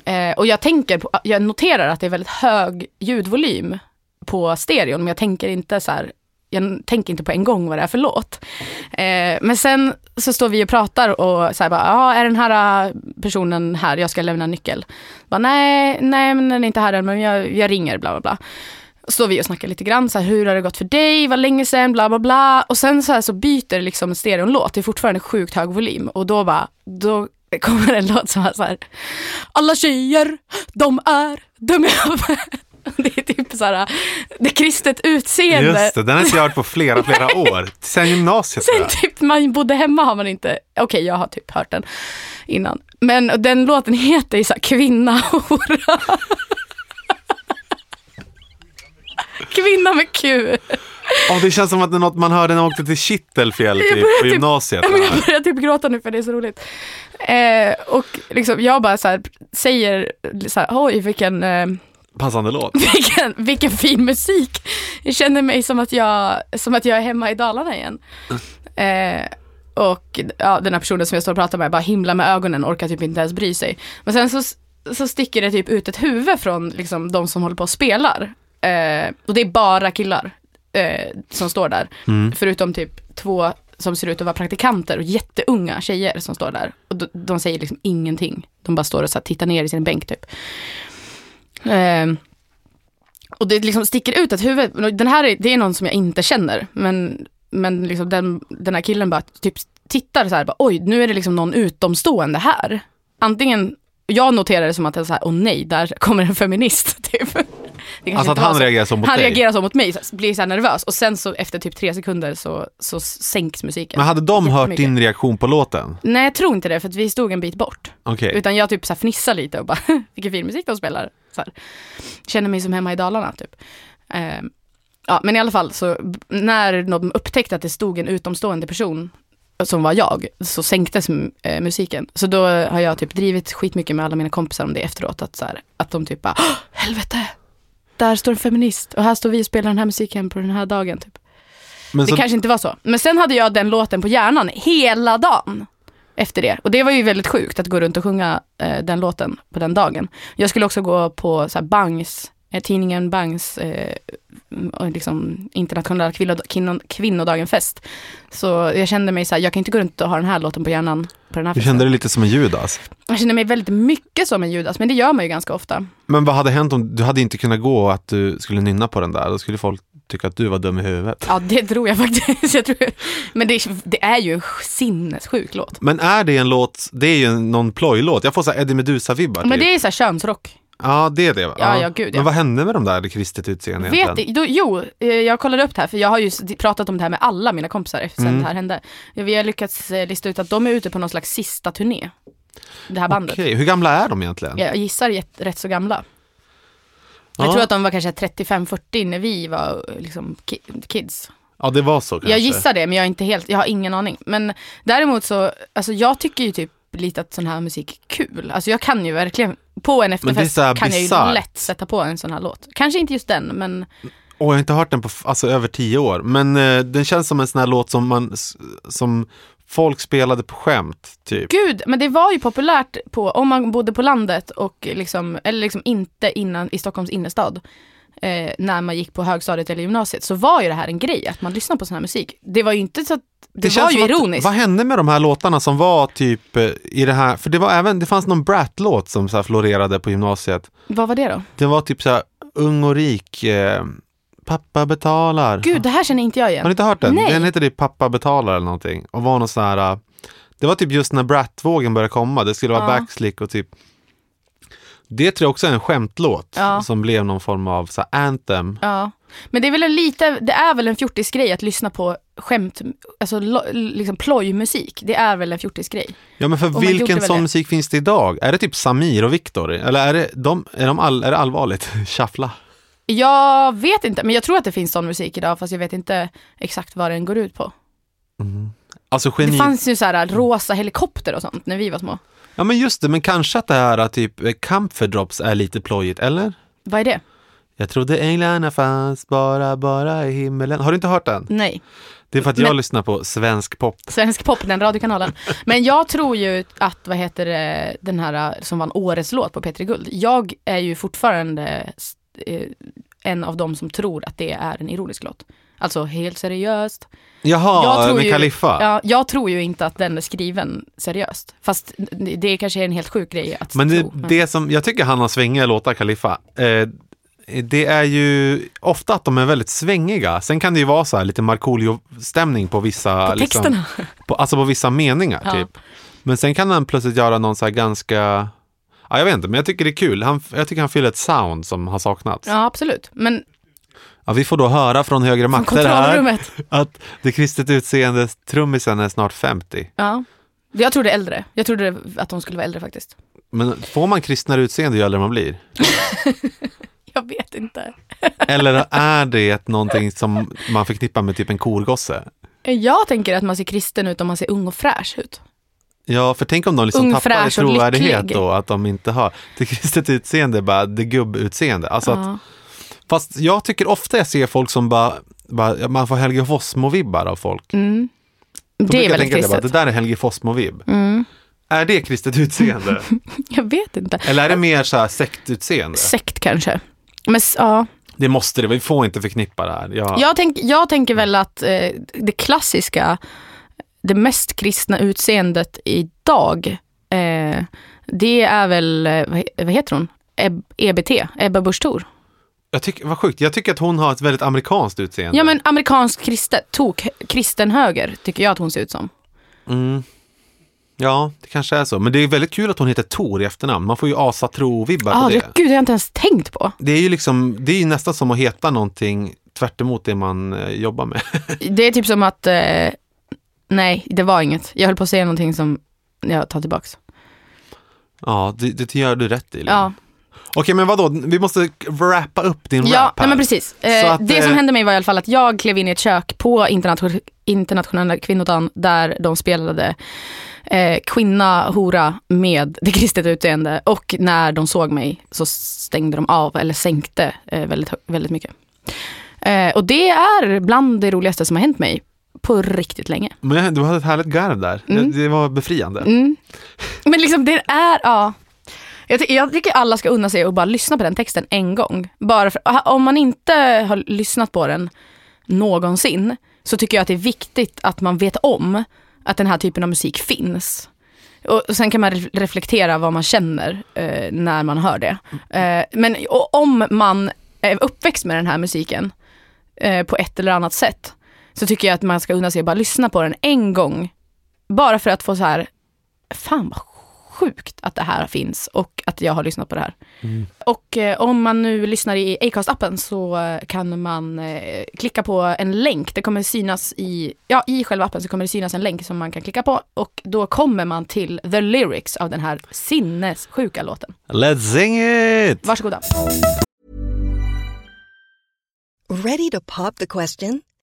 [SPEAKER 2] Eh, och jag, tänker på, jag noterar att det är väldigt hög ljudvolym på stereon, men jag tänker inte så här, jag tänker inte på en gång vad det är för låt. Eh, men sen så står vi och pratar och så här bara, ja är den här äh, personen här, jag ska lämna en nyckel. Bara, nej, nej men den är inte här än, men jag, jag ringer, bla bla bla. Står vi och snackar lite grann, så här, hur har det gått för dig, vad länge sedan, bla bla bla. Och sen så, här, så byter det liksom stereon låt, det är fortfarande sjukt hög volym. Och då bara, då kommer en låt som är så här, alla tjejer, de är dumma. <laughs> Det är typ så här, det kristet utseende.
[SPEAKER 1] Just det, den har inte jag hört på flera, flera år. Sen gymnasiet tror
[SPEAKER 2] Sen
[SPEAKER 1] jag.
[SPEAKER 2] typ man bodde hemma har man inte, okej jag har typ hört den innan. Men den låten heter ju såhär kvinna hora. <laughs> Kvinna med Q.
[SPEAKER 1] Åh, det känns som att det är något man hörde när man åkte till Kittelfjäll typ, på gymnasiet.
[SPEAKER 2] Typ, Ja, men jag börjar typ gråta nu för det är så roligt. Eh, och liksom jag bara så här, säger så här, oj vilken, eh,
[SPEAKER 1] Passande låt.
[SPEAKER 2] vilken, vilken fin musik. Jag känner mig som att jag, som att jag är hemma i Dalarna igen. Eh, och ja, den här personen som jag står och pratar med bara himlar med ögonen, orkar typ inte ens bry sig. Men sen så, så sticker det typ ut ett huvud från liksom, de som håller på och spelar. Eh, och det är bara killar eh, som står där. Förutom typ två som ser ut att vara praktikanter och jätteunga tjejer som står där. Och de, de säger liksom ingenting. De bara står och så här, tittar ner i sin bänk typ. Eh, och det liksom sticker ut ett huvud. Och Den här är, det är någon som jag inte känner. Men, men liksom den, den här killen bara typ tittar så här, bara, oj nu är det liksom någon utomstående här. Antingen, jag noterar det som att det är så här, åh nej, där kommer en feminist. <laughs> Typ. Det
[SPEAKER 1] Alltså
[SPEAKER 2] kanske
[SPEAKER 1] att
[SPEAKER 2] inte var
[SPEAKER 1] han reagerar så mot
[SPEAKER 2] Han
[SPEAKER 1] dig?
[SPEAKER 2] reagerar så mot mig, så här, blir så här nervös. Och sen så efter typ tre sekunder så, så sänks musiken.
[SPEAKER 1] Men hade de hört
[SPEAKER 2] Jättemycket.
[SPEAKER 1] din reaktion på låten?
[SPEAKER 2] Nej jag tror inte det, för att vi stod en bit bort.
[SPEAKER 1] Okej.
[SPEAKER 2] Utan jag typ så här fnissar lite och bara, <laughs> vilken fin musik de spelar. Så här. Känner mig som hemma i Dalarna typ. Ehm, ja, men i alla fall, så b- när de upptäckte att det stod en utomstående person som var jag, så sänktes m- eh, musiken. Så då har jag typ drivit skitmycket med alla mina kompisar om det efteråt, att, så här, att de typ bara, "Åh, helvete, där står en feminist och här står vi och spelar den här musiken på den här dagen. Typ.
[SPEAKER 1] Men
[SPEAKER 2] Det
[SPEAKER 1] så,
[SPEAKER 2] kanske inte var så. Men sen hade jag den låten på hjärnan hela dagen efter det. Och det var ju väldigt sjukt att gå runt och sjunga eh, den låten på den dagen. Jag skulle också gå på så här, Bangs, eh, tidningen Bangs eh, m- och liksom, internationella kvinnod- kvinno- kvinnodagen-fest. Så jag kände mig så här, jag kan inte gå runt och ha den här låten på hjärnan på den här
[SPEAKER 1] du
[SPEAKER 2] festen.
[SPEAKER 1] kände dig lite som en Judas.
[SPEAKER 2] Jag kände mig väldigt mycket som en Judas, men det gör man ju ganska ofta.
[SPEAKER 1] Men vad hade hänt om du hade inte kunnat gå och att du skulle nynna på den där? Då skulle folk tycka att du var dum i huvudet.
[SPEAKER 2] Ja, det tror jag <laughs> faktiskt. Jag tror... Men det, det är ju en sinnessjuk låt.
[SPEAKER 1] Men är det en låt, det är ju någon plojlåt. Jag får så här Eddie Meduza-vibbar.
[SPEAKER 2] Men
[SPEAKER 1] typ.
[SPEAKER 2] det är så här könsrock.
[SPEAKER 1] Ja, det är det. va?
[SPEAKER 2] Ja, ja, gud, ja.
[SPEAKER 1] Men vad hände med de där kristet utseende
[SPEAKER 2] Vet,
[SPEAKER 1] egentligen?
[SPEAKER 2] då, jo, eh, jag kollade upp det här för jag har ju s- pratat om det här med alla mina kompisar sen
[SPEAKER 1] Mm.
[SPEAKER 2] det här hände. Vi har lyckats eh, lista ut att de är ute på någon slags sista turné. Det här bandet.
[SPEAKER 1] Okej, hur gamla är de egentligen?
[SPEAKER 2] Jag gissar jätt- rätt så gamla. Jag
[SPEAKER 1] Ja.
[SPEAKER 2] tror att de var kanske 35-40 när vi var eh, liksom, ki- kids.
[SPEAKER 1] Ja, det var så kanske.
[SPEAKER 2] Jag gissar det men jag, är inte helt, jag har ingen aning. Men däremot så, alltså, jag tycker ju typ lite att sån här musik är kul. Alltså jag kan ju verkligen, på en
[SPEAKER 1] Men det är
[SPEAKER 2] efterfest
[SPEAKER 1] så här
[SPEAKER 2] kan jag
[SPEAKER 1] bisarrt.
[SPEAKER 2] ju lätt sätta på en sån här låt. Kanske inte just den men
[SPEAKER 1] Och jag har inte hört den på f- alltså, över tio år. Men eh, den känns som en sån här låt som, man, s- som folk spelade på skämt. Typ.
[SPEAKER 2] Gud, men det var ju populärt på, om man bodde på landet och liksom, eller liksom inte innan i Stockholms innerstad. Eh, när man gick på högstadiet eller gymnasiet så var ju det här en grej, att man lyssnade på sån här musik. Det var ju inte så att, det,
[SPEAKER 1] känns
[SPEAKER 2] var ju
[SPEAKER 1] som att-
[SPEAKER 2] ironiskt.
[SPEAKER 1] Vad hände med de här låtarna som var typ eh, i det här, för det var även, det fanns någon Brat-låt som så här florerade på gymnasiet.
[SPEAKER 2] Vad var det då?
[SPEAKER 1] Det var typ så här ung och rik, eh, pappa betalar.
[SPEAKER 2] Gud, det här känner inte jag
[SPEAKER 1] Har ni
[SPEAKER 2] igen.
[SPEAKER 1] inte hört den?
[SPEAKER 2] Nej.
[SPEAKER 1] Den heter typ Pappa betalar eller någonting. Och var någon sån här, eh, det var typ just när Brat-vågen började komma. Det skulle vara
[SPEAKER 2] Ja.
[SPEAKER 1] backslick och typ. Det tror jag också är en skämtlåt
[SPEAKER 2] Ja.
[SPEAKER 1] som blev någon form av så här anthem.
[SPEAKER 2] Ja. Men det är väl en lite, det är väl en fjortisgrej att lyssna på skämt, alltså lo, liksom plojmusik. Det är väl en fjortisgrej.
[SPEAKER 1] Ja men för
[SPEAKER 2] man gjorde
[SPEAKER 1] vilken
[SPEAKER 2] väl
[SPEAKER 1] sån
[SPEAKER 2] det.
[SPEAKER 1] musik finns det idag? Är det typ Samir och Viktor? Eller är det, de, är de all, är det allvarligt? <laughs> Shuffla?
[SPEAKER 2] Jag vet inte, men jag tror att det finns sån musik idag fast jag vet inte exakt vad den går ut på.
[SPEAKER 1] Alltså
[SPEAKER 2] Det
[SPEAKER 1] geni...
[SPEAKER 2] fanns ju så här äh, rosa helikopter och sånt när vi var små.
[SPEAKER 1] äh, Ja men just det, men kanske att det här typ eh, Comfort Drops är lite plojigt, eller?
[SPEAKER 2] Vad är det?
[SPEAKER 1] Jag trodde änglarna fanns bara, bara i himmelen. Har du inte hört den?
[SPEAKER 2] Nej.
[SPEAKER 1] Det är för att jag
[SPEAKER 2] Men-
[SPEAKER 1] lyssnar på svensk pop.
[SPEAKER 2] Svensk pop, den radiokanalen. Men jag tror ju att, vad heter det, den här eh, som vann årets låt på P3 Guld. Jag är ju fortfarande eh, en av dem som tror att det är en ironisk låt. Alltså helt seriöst. Jag
[SPEAKER 1] Jaha,
[SPEAKER 2] tror
[SPEAKER 1] med
[SPEAKER 2] ju-
[SPEAKER 1] Kaliffa.
[SPEAKER 2] Ja, jag tror ju inte att den är skriven seriöst. Fast det det kanske är en helt sjuk grej att
[SPEAKER 1] Men det,
[SPEAKER 2] tro. Men-
[SPEAKER 1] det som jag tycker han har svängiga låtar, Kaliffa, eh, det är ju ofta att de är väldigt svängiga. Sen kan det ju vara så här lite Markoolio-stämning på vissa...
[SPEAKER 2] På texterna.
[SPEAKER 1] på, alltså på vissa meningar
[SPEAKER 2] Ja.
[SPEAKER 1] typ. Men sen kan han plötsligt göra någon så här ganska... Ja, jag vet inte, men jag tycker det är kul. Han, jag tycker han fyller ett sound som har saknats. Ja.
[SPEAKER 2] Ja, absolut. Men
[SPEAKER 1] vi får då höra från högre makter här
[SPEAKER 2] kontrollrummet.
[SPEAKER 1] att det kristet utseende trummisen är snart 50.
[SPEAKER 2] Ja. Jag trodde äldre. Jag trodde det- att de skulle vara äldre faktiskt.
[SPEAKER 1] Men får man kristnare utseende ju äldre man blir?
[SPEAKER 2] Jag vet inte.
[SPEAKER 1] Eller är det någonting som man förknippar med typ en korgosse?
[SPEAKER 2] Jag tänker att man ser kristen ut om man ser ung och fräsch ut.
[SPEAKER 1] Ja, för tänk om de liksom
[SPEAKER 2] Ung,
[SPEAKER 1] tappar i
[SPEAKER 2] fräsch och
[SPEAKER 1] trovärdighet
[SPEAKER 2] lycklig.
[SPEAKER 1] då, att de inte har. Det kristet utseende är bara det gubbutseende. Alltså att
[SPEAKER 2] Ja.
[SPEAKER 1] Fast jag tycker ofta jag ser folk som bara, bara man får Helge Fossmo-vibbar av folk.
[SPEAKER 2] Mm.
[SPEAKER 1] Då brukar
[SPEAKER 2] Det är
[SPEAKER 1] jag
[SPEAKER 2] väldigt
[SPEAKER 1] tänka att jag bara,
[SPEAKER 2] kristet.
[SPEAKER 1] det där är Helge Fossmo-vibb.
[SPEAKER 2] Mm.
[SPEAKER 1] Är det kristet
[SPEAKER 2] <laughs>
[SPEAKER 1] utseende?
[SPEAKER 2] Jag vet inte.
[SPEAKER 1] Eller är det mer så här sektutseende?
[SPEAKER 2] Sekt kanske. Men s- ja.
[SPEAKER 1] Det måste det, vi får inte förknippa det här. Jag,
[SPEAKER 2] jag, tänk, jag tänker väl att eh, det klassiska, det mest kristna utseendet idag, eh, det är väl, eh, vad he- vad heter hon? Eb- EBT, Ebba Busch Thor.
[SPEAKER 1] jag tycker, vad sjukt, jag tycker att hon har ett väldigt amerikanskt utseende.
[SPEAKER 2] Ja men amerikansk kristet, tok, kristen höger tycker jag att hon ser ut som.
[SPEAKER 1] mm. ja, det kanske är så. Men det är väldigt kul att hon heter Tor i efternamn. Man får ju asatro-vibbar
[SPEAKER 2] Ah,
[SPEAKER 1] på
[SPEAKER 2] det.
[SPEAKER 1] det.
[SPEAKER 2] Gud, det har jag inte ens tänkt på.
[SPEAKER 1] Det är ju liksom, det är ju nästan som att heta någonting tvärt emot det man eh, jobbar med. <laughs>
[SPEAKER 2] Det är typ som att, eh, nej det var inget. Jag höll på att säga någonting som jag tar tillbaks.
[SPEAKER 1] ja, det, det gör du rätt i. Linn.
[SPEAKER 2] Ja,
[SPEAKER 1] Okej, men vadå? Vi måste wrappa upp din
[SPEAKER 2] ja
[SPEAKER 1] rap här.
[SPEAKER 2] nej men precis.
[SPEAKER 1] Så
[SPEAKER 2] Eh,
[SPEAKER 1] att,
[SPEAKER 2] det som
[SPEAKER 1] eh,
[SPEAKER 2] hände mig var i alla fall att jag klev in i ett kök på internation- internationella kvinnodagen där de spelade eh, kvinna, hora med det kristet utseende och när de såg mig så stängde de av eller sänkte eh, väldigt, hö- väldigt mycket. Eh, och det är bland det roligaste som har hänt mig på riktigt länge.
[SPEAKER 1] Men du hade ett härligt garv där.
[SPEAKER 2] Mm.
[SPEAKER 1] Det, det var befriande.
[SPEAKER 2] Mm. Men liksom det är, ja. Jag, ty- jag tycker alla ska unna sig och bara lyssna på den texten en gång. Bara för, om man inte har lyssnat på den någonsin så tycker jag att det är viktigt att man vet om att den här typen av musik finns. Och och sen kan man ref- reflektera vad man känner eh, när man hör det. Eh, men och om man är uppväxt med den här musiken eh, på ett eller annat sätt så tycker jag att man ska unna sig att bara lyssna på den en gång. Bara för att få så här, fan vad sjukt att det här finns och att jag har lyssnat på det här. Och eh, om man nu lyssnar i Acast-appen så eh, kan man eh, klicka på en länk. Det kommer synas i, ja i själva appen så kommer det synas en länk som man kan klicka på och då kommer man till the lyrics av den här sinnessjuka låten.
[SPEAKER 1] Let's sing it!
[SPEAKER 2] Varsågoda.
[SPEAKER 6] Ready to pop the question?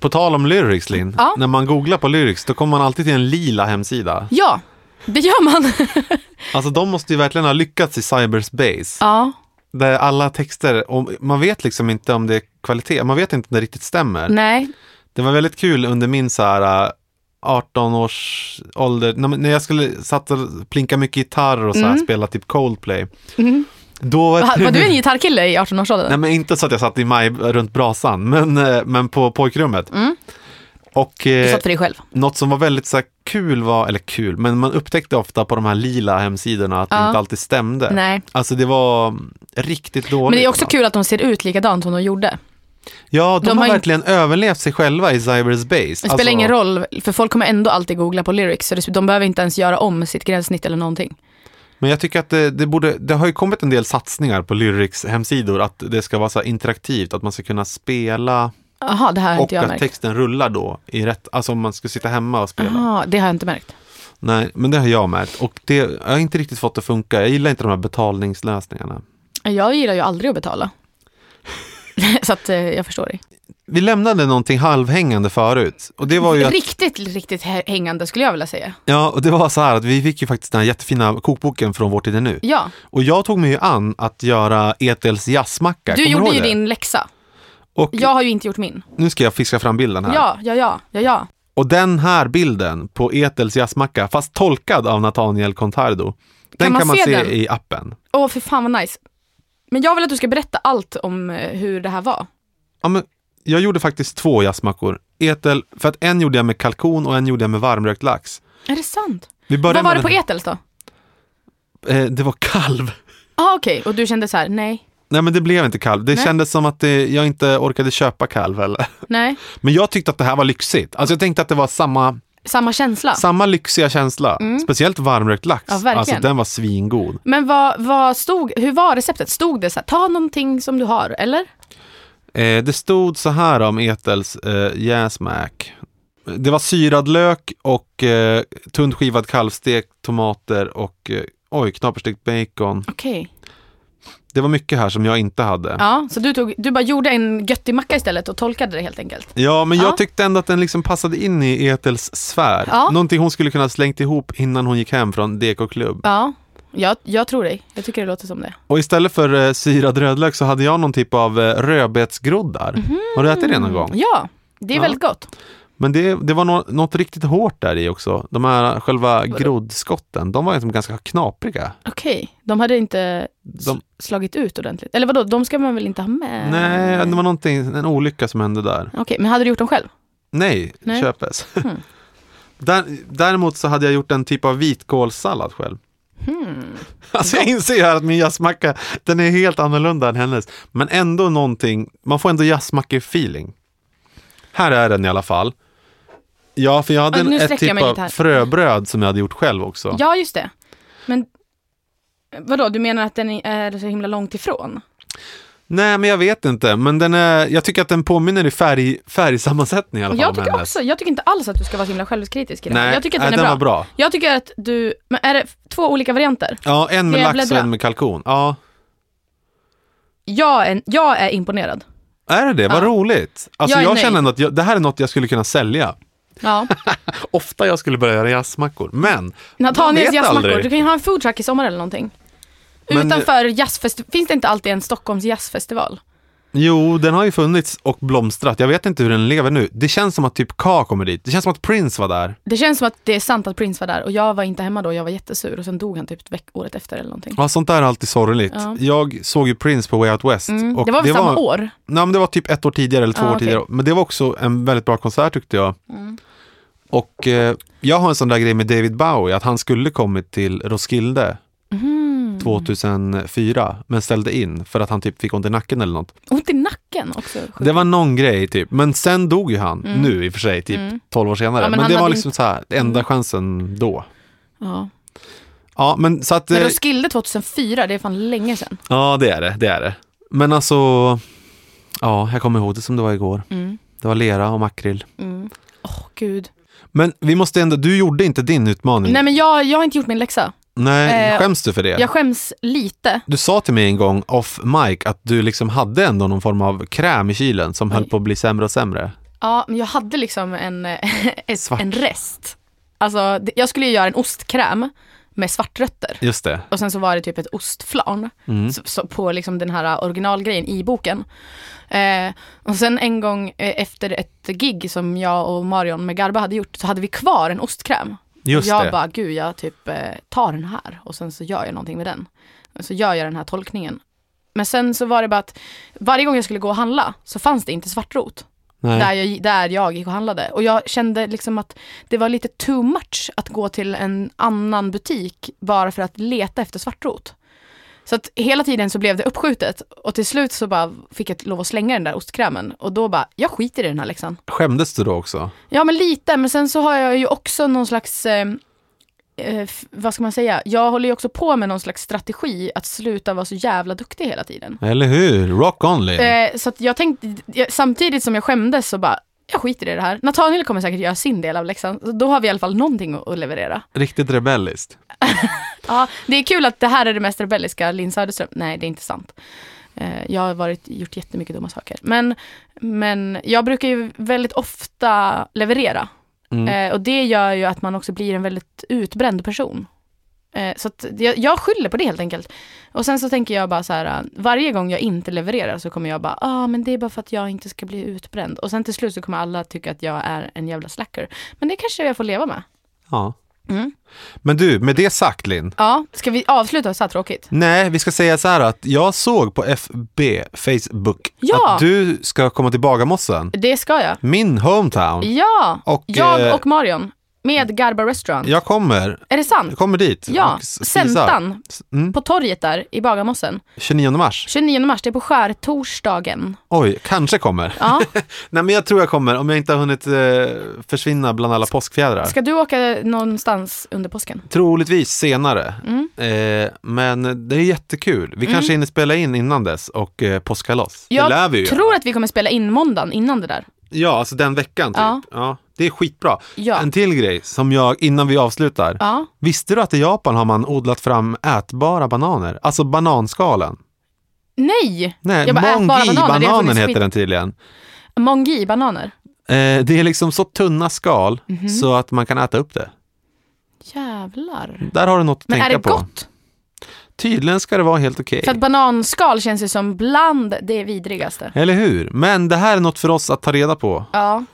[SPEAKER 1] På tal om lyrics, Linn.
[SPEAKER 2] Ja.
[SPEAKER 1] När man googlar på lyrics, då kommer man alltid till en lila hemsida.
[SPEAKER 2] Ja, det
[SPEAKER 1] <laughs>
[SPEAKER 2] gör man.
[SPEAKER 1] Alltså de måste ju verkligen ha lyckats i cyberspace.
[SPEAKER 2] ja,
[SPEAKER 1] Där alla texter, och man vet liksom inte om det är kvalitet, man vet inte om det riktigt stämmer.
[SPEAKER 2] nej.
[SPEAKER 1] Det var väldigt kul under min så här äh, 18 års ålder, när när jag skulle satt och plinka mycket gitarr och så här, spela typ Coldplay. Då var,
[SPEAKER 2] Mm. Va- Var du en gitarrkille i
[SPEAKER 1] <laughs>
[SPEAKER 2] 18-årsåldern?
[SPEAKER 1] Nej men inte så att jag satt i maj runt brasan, men, eh, men på pojkrummet. Och
[SPEAKER 2] Mm. Du
[SPEAKER 1] eh,
[SPEAKER 2] satt för dig själv.
[SPEAKER 1] något som var väldigt så här kul var, eller kul, men man upptäckte ofta på de här lila hemsidorna att det
[SPEAKER 2] Ja.
[SPEAKER 1] inte alltid stämde.
[SPEAKER 2] Nej.
[SPEAKER 1] Alltså det var mm, riktigt dåligt. alltså.
[SPEAKER 2] Men det är också
[SPEAKER 1] va?
[SPEAKER 2] kul att de ser ut likadant som de gjorde.
[SPEAKER 1] Ja, de,
[SPEAKER 2] De
[SPEAKER 1] har,
[SPEAKER 2] har ju-
[SPEAKER 1] verkligen överlevt sig själva i cyberspace. Alltså,
[SPEAKER 2] Det spelar ingen roll, för folk kommer ändå alltid googla på lyrics, så det- de behöver inte ens göra om sitt gränssnitt eller någonting.
[SPEAKER 1] Men jag tycker att det, det borde, det har ju kommit en del satsningar på Lyrics hemsidor, att det ska vara så här interaktivt, att man ska kunna spela
[SPEAKER 2] Jaha, det här har
[SPEAKER 1] och
[SPEAKER 2] inte jag
[SPEAKER 1] att
[SPEAKER 2] märkt.
[SPEAKER 1] texten rullar då i rätt, alltså om man ska sitta hemma och spela.
[SPEAKER 2] Jaha, det har jag inte märkt.
[SPEAKER 1] Nej, men det har jag märkt och det, jag har inte riktigt fått det att funka. Jag gillar inte de här betalningslösningarna.
[SPEAKER 2] Jag gillar ju aldrig att betala.
[SPEAKER 1] <laughs>
[SPEAKER 2] så att eh, jag förstår dig.
[SPEAKER 1] Vi lämnade någonting halvhängande förut och det var ju att,
[SPEAKER 2] Riktigt, riktigt hä- hängande skulle jag vilja säga.
[SPEAKER 1] ja, och det var så här att vi fick ju faktiskt den här jättefina kokboken från Vår tid är nu.
[SPEAKER 2] Ja,
[SPEAKER 1] Och jag tog mig ju an att göra Etels jazzmacka.
[SPEAKER 2] du
[SPEAKER 1] Kommer
[SPEAKER 2] gjorde
[SPEAKER 1] ihåg
[SPEAKER 2] ju
[SPEAKER 1] det?
[SPEAKER 2] din läxa.
[SPEAKER 1] Och
[SPEAKER 2] Jag har ju inte gjort min.
[SPEAKER 1] nu ska jag fiska fram bilden här.
[SPEAKER 2] Ja, ja, ja, ja, ja.
[SPEAKER 1] Och den här bilden på Etels jazzmacka, fast tolkad av Nathaniel Contardo, den kan man,
[SPEAKER 2] man se
[SPEAKER 1] se
[SPEAKER 2] den?
[SPEAKER 1] i appen.
[SPEAKER 2] Åh, för fan vad nice. Men jag vill att du ska berätta allt om eh, hur det här var.
[SPEAKER 1] Ja, men jag gjorde faktiskt två jazzmackor. Etel, för att en gjorde jag med kalkon och en gjorde jag med varmrökt lax.
[SPEAKER 2] Är det sant?
[SPEAKER 1] Vi
[SPEAKER 2] Vad var
[SPEAKER 1] med
[SPEAKER 2] det på E
[SPEAKER 1] den-
[SPEAKER 2] Etels då?
[SPEAKER 1] Eh, det var kalv.
[SPEAKER 2] ah, okej. Och du kände så här, nej,
[SPEAKER 1] Nej men det blev inte kalv. Det
[SPEAKER 2] Nej.
[SPEAKER 1] kändes som att det, jag inte orkade köpa kalv heller. <laughs>
[SPEAKER 2] nej.
[SPEAKER 1] Men jag tyckte att det här var lyxigt. Alltså jag tänkte att det var samma,
[SPEAKER 2] Samma känsla.
[SPEAKER 1] samma lyxiga känsla. Speciellt varmrökt lax.
[SPEAKER 2] Mm. Ja, verkligen.
[SPEAKER 1] alltså den var svingod.
[SPEAKER 2] Men vad, vad stod, hur var receptet? Stod det så här, ta någonting som du har, eller?
[SPEAKER 1] Eh, det stod så här om Etels eh, jäsmack. Det var syrad lök och eh, tunt skivad kalvstek, tomater och eh, oj, knaperstekt bacon.
[SPEAKER 2] Okej.
[SPEAKER 1] Det var mycket här som jag inte hade.
[SPEAKER 2] Ja, så du, tog, du bara gjorde en göttig macka istället och tolkade det helt enkelt.
[SPEAKER 1] Ja, men jag
[SPEAKER 2] Ja.
[SPEAKER 1] tyckte ändå att den liksom passade in i Etels sfär.
[SPEAKER 2] Ja.
[SPEAKER 1] Någonting hon skulle kunna ha slängt ihop innan hon gick hem från DK-klubb.
[SPEAKER 2] Ja, jag, jag tror dig. Jag tycker det låter som det.
[SPEAKER 1] Och istället för eh, syrad rödlök så hade jag någon typ av eh, rödbetsgroddar.
[SPEAKER 2] Mhm.
[SPEAKER 1] Har du ätit det någon gång?
[SPEAKER 2] Ja, det är
[SPEAKER 1] Ja.
[SPEAKER 2] väldigt gott.
[SPEAKER 1] Men det, det var nå- något riktigt hårt där i också. De här själva groddskotten, de var liksom ganska knapriga.
[SPEAKER 2] Okej, de hade inte s-
[SPEAKER 1] De-
[SPEAKER 2] slagit ut ordentligt. Eller vadå, de ska man väl inte ha med?
[SPEAKER 1] Nej, det var någonting, en olycka som hände där.
[SPEAKER 2] Okej, men hade du gjort dem själv?
[SPEAKER 1] Nej,
[SPEAKER 2] Nej. Hmm.
[SPEAKER 1] köpes. <laughs> Där, däremot så hade jag gjort en typ av vitkålssallad själv.
[SPEAKER 2] Hmm.
[SPEAKER 1] Alltså jag inser ju här att min jazzmacka, den är helt annorlunda än hennes. Men ändå någonting, man får ändå jazzmacke-feeling. Här är den i alla fall. Ja, för jag hade
[SPEAKER 2] Ja,
[SPEAKER 1] en,
[SPEAKER 2] nu
[SPEAKER 1] ett
[SPEAKER 2] sträcker jag
[SPEAKER 1] typ
[SPEAKER 2] mig
[SPEAKER 1] av
[SPEAKER 2] lite här.
[SPEAKER 1] fröbröd som jag hade gjort själv också.
[SPEAKER 2] Ja, just det. Men vadå, du menar att den är så himla långt ifrån?
[SPEAKER 1] Nej, men jag vet inte. Men den är, jag tycker att den påminner i färg, färgsammansättning i alla fall
[SPEAKER 2] Jag
[SPEAKER 1] om
[SPEAKER 2] tycker
[SPEAKER 1] hennes.
[SPEAKER 2] också, jag tycker inte alls att du ska vara så himla självkritisk i det här.
[SPEAKER 1] Nej,
[SPEAKER 2] Jag tycker att den
[SPEAKER 1] nej,
[SPEAKER 2] är
[SPEAKER 1] den
[SPEAKER 2] bra.
[SPEAKER 1] var bra.
[SPEAKER 2] Jag tycker att du, men är det två olika varianter?
[SPEAKER 1] Ja, en med
[SPEAKER 2] Ska jag
[SPEAKER 1] lax och
[SPEAKER 2] bläddra?
[SPEAKER 1] en med kalkon. Ja,
[SPEAKER 2] Jag är, jag är imponerad.
[SPEAKER 1] Är det det? Vad
[SPEAKER 2] Ja.
[SPEAKER 1] roligt. Alltså
[SPEAKER 2] Jag är
[SPEAKER 1] jag,
[SPEAKER 2] nöjd.
[SPEAKER 1] känner ändå att jag, det här är något jag skulle kunna sälja.
[SPEAKER 2] Ja.
[SPEAKER 1] Ofta jag skulle börja göra jazzmackor, men man
[SPEAKER 2] <laughs> Nathaniels
[SPEAKER 1] vet
[SPEAKER 2] jazzmackor,
[SPEAKER 1] aldrig.
[SPEAKER 2] du kan ju ha en foodtruck i sommar eller någonting.
[SPEAKER 1] Men-
[SPEAKER 2] Utanför jazzfestival, finns det inte alltid en Stockholms jazzfestival?
[SPEAKER 1] Jo, den har ju funnits och blomstrat. Jag vet inte hur den lever nu. Det känns som att typ Ka kommer dit. Det känns som att Prince var där.
[SPEAKER 2] Det känns som att det är sant att Prince var där och jag var inte hemma då, jag var jättesur och sen dog han typ veck- året efter eller någonting.
[SPEAKER 1] Ja, sånt där är alltid sorgligt.
[SPEAKER 2] Ja.
[SPEAKER 1] Jag såg ju Prince på Way Out West.
[SPEAKER 2] Mm. det var väl samma år?
[SPEAKER 1] Nej, men det var typ ett år tidigare eller två
[SPEAKER 2] Ah,
[SPEAKER 1] år
[SPEAKER 2] okej. Mm.
[SPEAKER 1] tidigare. Men det var också en väldigt bra konsert tyckte jag. Och eh, jag har en sån där grej med David Bowie, att han skulle kommit till Roskilde
[SPEAKER 2] Mhm.
[SPEAKER 1] 2004, men ställde in för att han typ fick ont i nacken eller något.
[SPEAKER 2] Ont i nacken också.
[SPEAKER 1] Det var någon grej typ, men sen dog ju han, nu i och för sig, typ 12 år senare.
[SPEAKER 2] Mm. Ja, men
[SPEAKER 1] men
[SPEAKER 2] han
[SPEAKER 1] det var
[SPEAKER 2] hade Mm.
[SPEAKER 1] liksom så här, enda chansen då.
[SPEAKER 2] Ja.
[SPEAKER 1] Ja, men så att...
[SPEAKER 2] Men
[SPEAKER 1] eh,
[SPEAKER 2] Roskilde 2004, det är fan länge sedan.
[SPEAKER 1] Ja, det är det, det är det. Men alltså, ja, jag kommer ihåg det som det var igår.
[SPEAKER 2] Mm.
[SPEAKER 1] Det var lera och makrill.
[SPEAKER 2] Mm. Åh, gud.
[SPEAKER 1] Men vi måste ändå, du gjorde inte din utmaning.
[SPEAKER 2] Nej, men jag, jag har inte gjort min läxa.
[SPEAKER 1] Nej,
[SPEAKER 2] eh,
[SPEAKER 1] skäms du för det?
[SPEAKER 2] Jag skäms lite.
[SPEAKER 1] Du sa till mig en gång off mic att du liksom hade ändå någon form av kräm i kylen som höll på att bli sämre och sämre.
[SPEAKER 2] Ja, men jag hade liksom en, <laughs> ett,
[SPEAKER 1] Svart.
[SPEAKER 2] en rest. Alltså, det- jag skulle ju göra en ostkräm med svartrötter.
[SPEAKER 1] Just det.
[SPEAKER 2] Och sen så var det typ ett ostflarn
[SPEAKER 1] Mm.
[SPEAKER 2] så, så på liksom den här originalgrejen i boken. Eh, och sen en gång eh, efter ett gig som jag och Marion med Garba hade gjort så hade vi kvar en ostkräm.
[SPEAKER 1] Just
[SPEAKER 2] och jag
[SPEAKER 1] det.
[SPEAKER 2] bara, gud jag typ eh, tar den här och sen så gör jag någonting med den. Och så gör jag den här tolkningen. Men sen så var det bara att varje gång jag skulle gå och handla så fanns det inte svartrot
[SPEAKER 1] Nej.
[SPEAKER 2] där jag, där jag gick och handlade. Och jag kände liksom att det var lite too much att gå till en annan butik bara för att leta efter svartrot. Så att hela tiden så blev det uppskjutet och till slut så bara fick jag lov att slänga den där ostkrämen och då bara, jag skiter i den här läxan.
[SPEAKER 1] Skämdes du då också?
[SPEAKER 2] Ja men lite, men sen så har jag ju också någon slags, eh, eh, f- vad ska man säga, jag håller ju också på med någon slags strategi att sluta vara så jävla duktig hela tiden.
[SPEAKER 1] Eller hur? Rock on Lin.
[SPEAKER 2] Eh, så att jag tänkte, jag- samtidigt som jag skämdes så bara, jag skiter i det här. Nathaniel kommer säkert göra sin del av läxan, så då har vi i alla fall någonting att, att leverera.
[SPEAKER 1] Riktigt rebelliskt.
[SPEAKER 2] Ja, det är kul att det här är det mest rebelliska Linn Söderström, nej det är inte sant. Eh, jag har varit, gjort jättemycket dumma saker. Men, men jag brukar ju väldigt ofta leverera. Eh, och det gör ju att man också blir en väldigt utbränd person. Eh, så att jag, jag skyller på det helt enkelt. Och sen så tänker jag bara så här, eh, varje gång jag inte levererar så kommer jag bara, ah men det är bara för att jag inte ska bli utbränd. Och sen till slut så kommer alla tycka att jag är en jävla slacker. Men det kanske jag får leva med.
[SPEAKER 1] Ja.
[SPEAKER 2] Mm.
[SPEAKER 1] Men du, med det sagt Linn.
[SPEAKER 2] Ja, ska vi avsluta så här tråkigt?
[SPEAKER 1] Nej, vi ska säga så här att jag såg på FB, Facebook,
[SPEAKER 2] Ja.
[SPEAKER 1] att du ska komma till Bagarmossen.
[SPEAKER 2] Det ska jag.
[SPEAKER 1] Min hometown.
[SPEAKER 2] Ja,
[SPEAKER 1] Och, eh,
[SPEAKER 2] jag och Marion med Garba Restaurant.
[SPEAKER 1] Jag kommer.
[SPEAKER 2] Är det sant?
[SPEAKER 1] Jag kommer dit.
[SPEAKER 2] Ja,
[SPEAKER 1] och s- spisar.
[SPEAKER 2] Säntan
[SPEAKER 1] Mm.
[SPEAKER 2] på torget där i Bagarmossen.
[SPEAKER 1] 29 mars.
[SPEAKER 2] 29 mars, det är på skärtorsdagen.
[SPEAKER 1] Oj, kanske kommer.
[SPEAKER 2] Ja.
[SPEAKER 1] <laughs> Nej, men jag tror jag kommer om jag inte har hunnit eh, försvinna bland alla påskfjädrar.
[SPEAKER 2] Ska du åka någonstans under påsken?
[SPEAKER 1] Troligtvis senare.
[SPEAKER 2] Mm.
[SPEAKER 1] Eh, men det är jättekul. Vi kanske hinner spela in innan dess och eh, påska loss.
[SPEAKER 2] Jag
[SPEAKER 1] det lär vi ju.
[SPEAKER 2] tror att vi kommer spela in måndagen innan det där.
[SPEAKER 1] Ja, alltså den veckan typ. Ja.
[SPEAKER 2] Ja.
[SPEAKER 1] det är skitbra.
[SPEAKER 2] Ja.
[SPEAKER 1] En till grej som jag, innan vi avslutar.
[SPEAKER 2] Ja.
[SPEAKER 1] Visste du att i Japan har man odlat fram ätbara bananer? Alltså bananskalen.
[SPEAKER 2] Nej!
[SPEAKER 1] Nej,
[SPEAKER 2] Jag bara, ät bara bananer, det har
[SPEAKER 1] mongi-bananen
[SPEAKER 2] funnits
[SPEAKER 1] heter
[SPEAKER 2] skit-
[SPEAKER 1] den tydligen.
[SPEAKER 2] Mongi-bananer.
[SPEAKER 1] Eh, det är liksom så tunna skal
[SPEAKER 2] Mhm.
[SPEAKER 1] så att man kan äta upp det.
[SPEAKER 2] Jävlar.
[SPEAKER 1] Där har du något att
[SPEAKER 2] Men
[SPEAKER 1] tänka
[SPEAKER 2] är det
[SPEAKER 1] på.
[SPEAKER 2] gott?
[SPEAKER 1] Tydligen ska det vara helt okej.
[SPEAKER 2] För att bananskal känns ju som bland
[SPEAKER 1] <laughs>
[SPEAKER 2] det vidrigaste.
[SPEAKER 1] Eller hur? Men det här är något för oss att ta reda på.
[SPEAKER 2] Ja.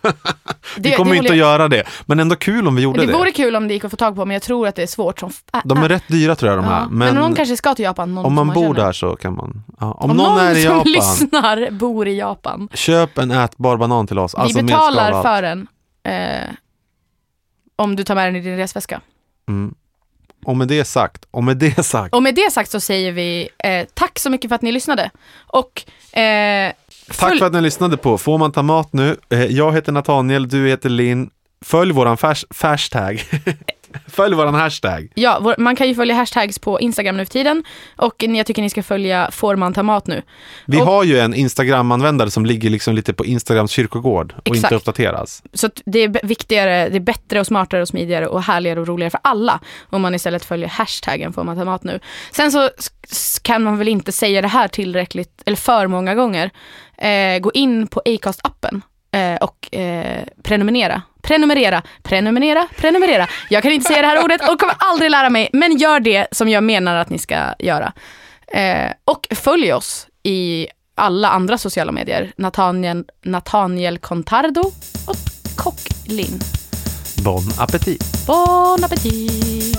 [SPEAKER 1] Vi kommer ju inte
[SPEAKER 2] håller
[SPEAKER 1] att
[SPEAKER 2] jag-
[SPEAKER 1] göra det, men ändå kul om vi gjorde det.
[SPEAKER 2] Det vore kul om det gick att få tag på, men jag tror att det är svårt som fan.
[SPEAKER 1] De är rätt dyra tror jag de här,
[SPEAKER 2] Ja. Men,
[SPEAKER 1] men,
[SPEAKER 2] någon kanske ska till Japan.
[SPEAKER 1] om
[SPEAKER 2] Någon som
[SPEAKER 1] man bor
[SPEAKER 2] känner.
[SPEAKER 1] där så kan man. Ja. Om,
[SPEAKER 2] Om
[SPEAKER 1] någon, är i
[SPEAKER 2] som
[SPEAKER 1] Japan,
[SPEAKER 2] lyssnar bor i Japan.
[SPEAKER 1] köp en ätbar banan till oss. Alltså
[SPEAKER 2] vi
[SPEAKER 1] med skal och
[SPEAKER 2] betalar
[SPEAKER 1] allt.
[SPEAKER 2] för den. Eh, om du tar med den i din resväska.
[SPEAKER 1] Och med det sagt, och med det sagt,
[SPEAKER 2] Och med det sagt så säger vi eh, tack så mycket för att ni lyssnade. Och eh,
[SPEAKER 1] tack
[SPEAKER 2] följ-
[SPEAKER 1] för att ni lyssnade på Får man ta mat nu? Eh, Jag heter Nathaniel, du heter Linn. Följ våran fas- hashtag. <laughs> Följ våran hashtag.
[SPEAKER 2] Ja, vår, man kan ju följa hashtags på Instagram nu för tiden. Och ni- jag tycker ni ska följa Får man ta mat nu?
[SPEAKER 1] Vi
[SPEAKER 2] Och-
[SPEAKER 1] har ju en Instagram-användare som ligger liksom lite på Instagrams kyrkogård och inte
[SPEAKER 2] Exakt.
[SPEAKER 1] uppdateras.
[SPEAKER 2] Så att det är b- viktigare, det är bättre och smartare och smidigare och härligare och roligare för alla om man istället följer hashtaggen får man ta mat nu. Sen så s- s- kan man väl inte säga det här tillräckligt, eller för många gånger. Eh, gå in på Acast-appen eh, och eh, prenumerera. Prenumerera, prenumerera, prenumerera. Jag kan inte säga det här ordet och kommer aldrig lära mig, men gör det som jag menar att ni ska göra. Eh, och följ oss i alla andra sociala medier. Nathaniel, Nathaniel Contardo och Kock Linn.
[SPEAKER 1] Bon appetit!
[SPEAKER 2] Bon appétit!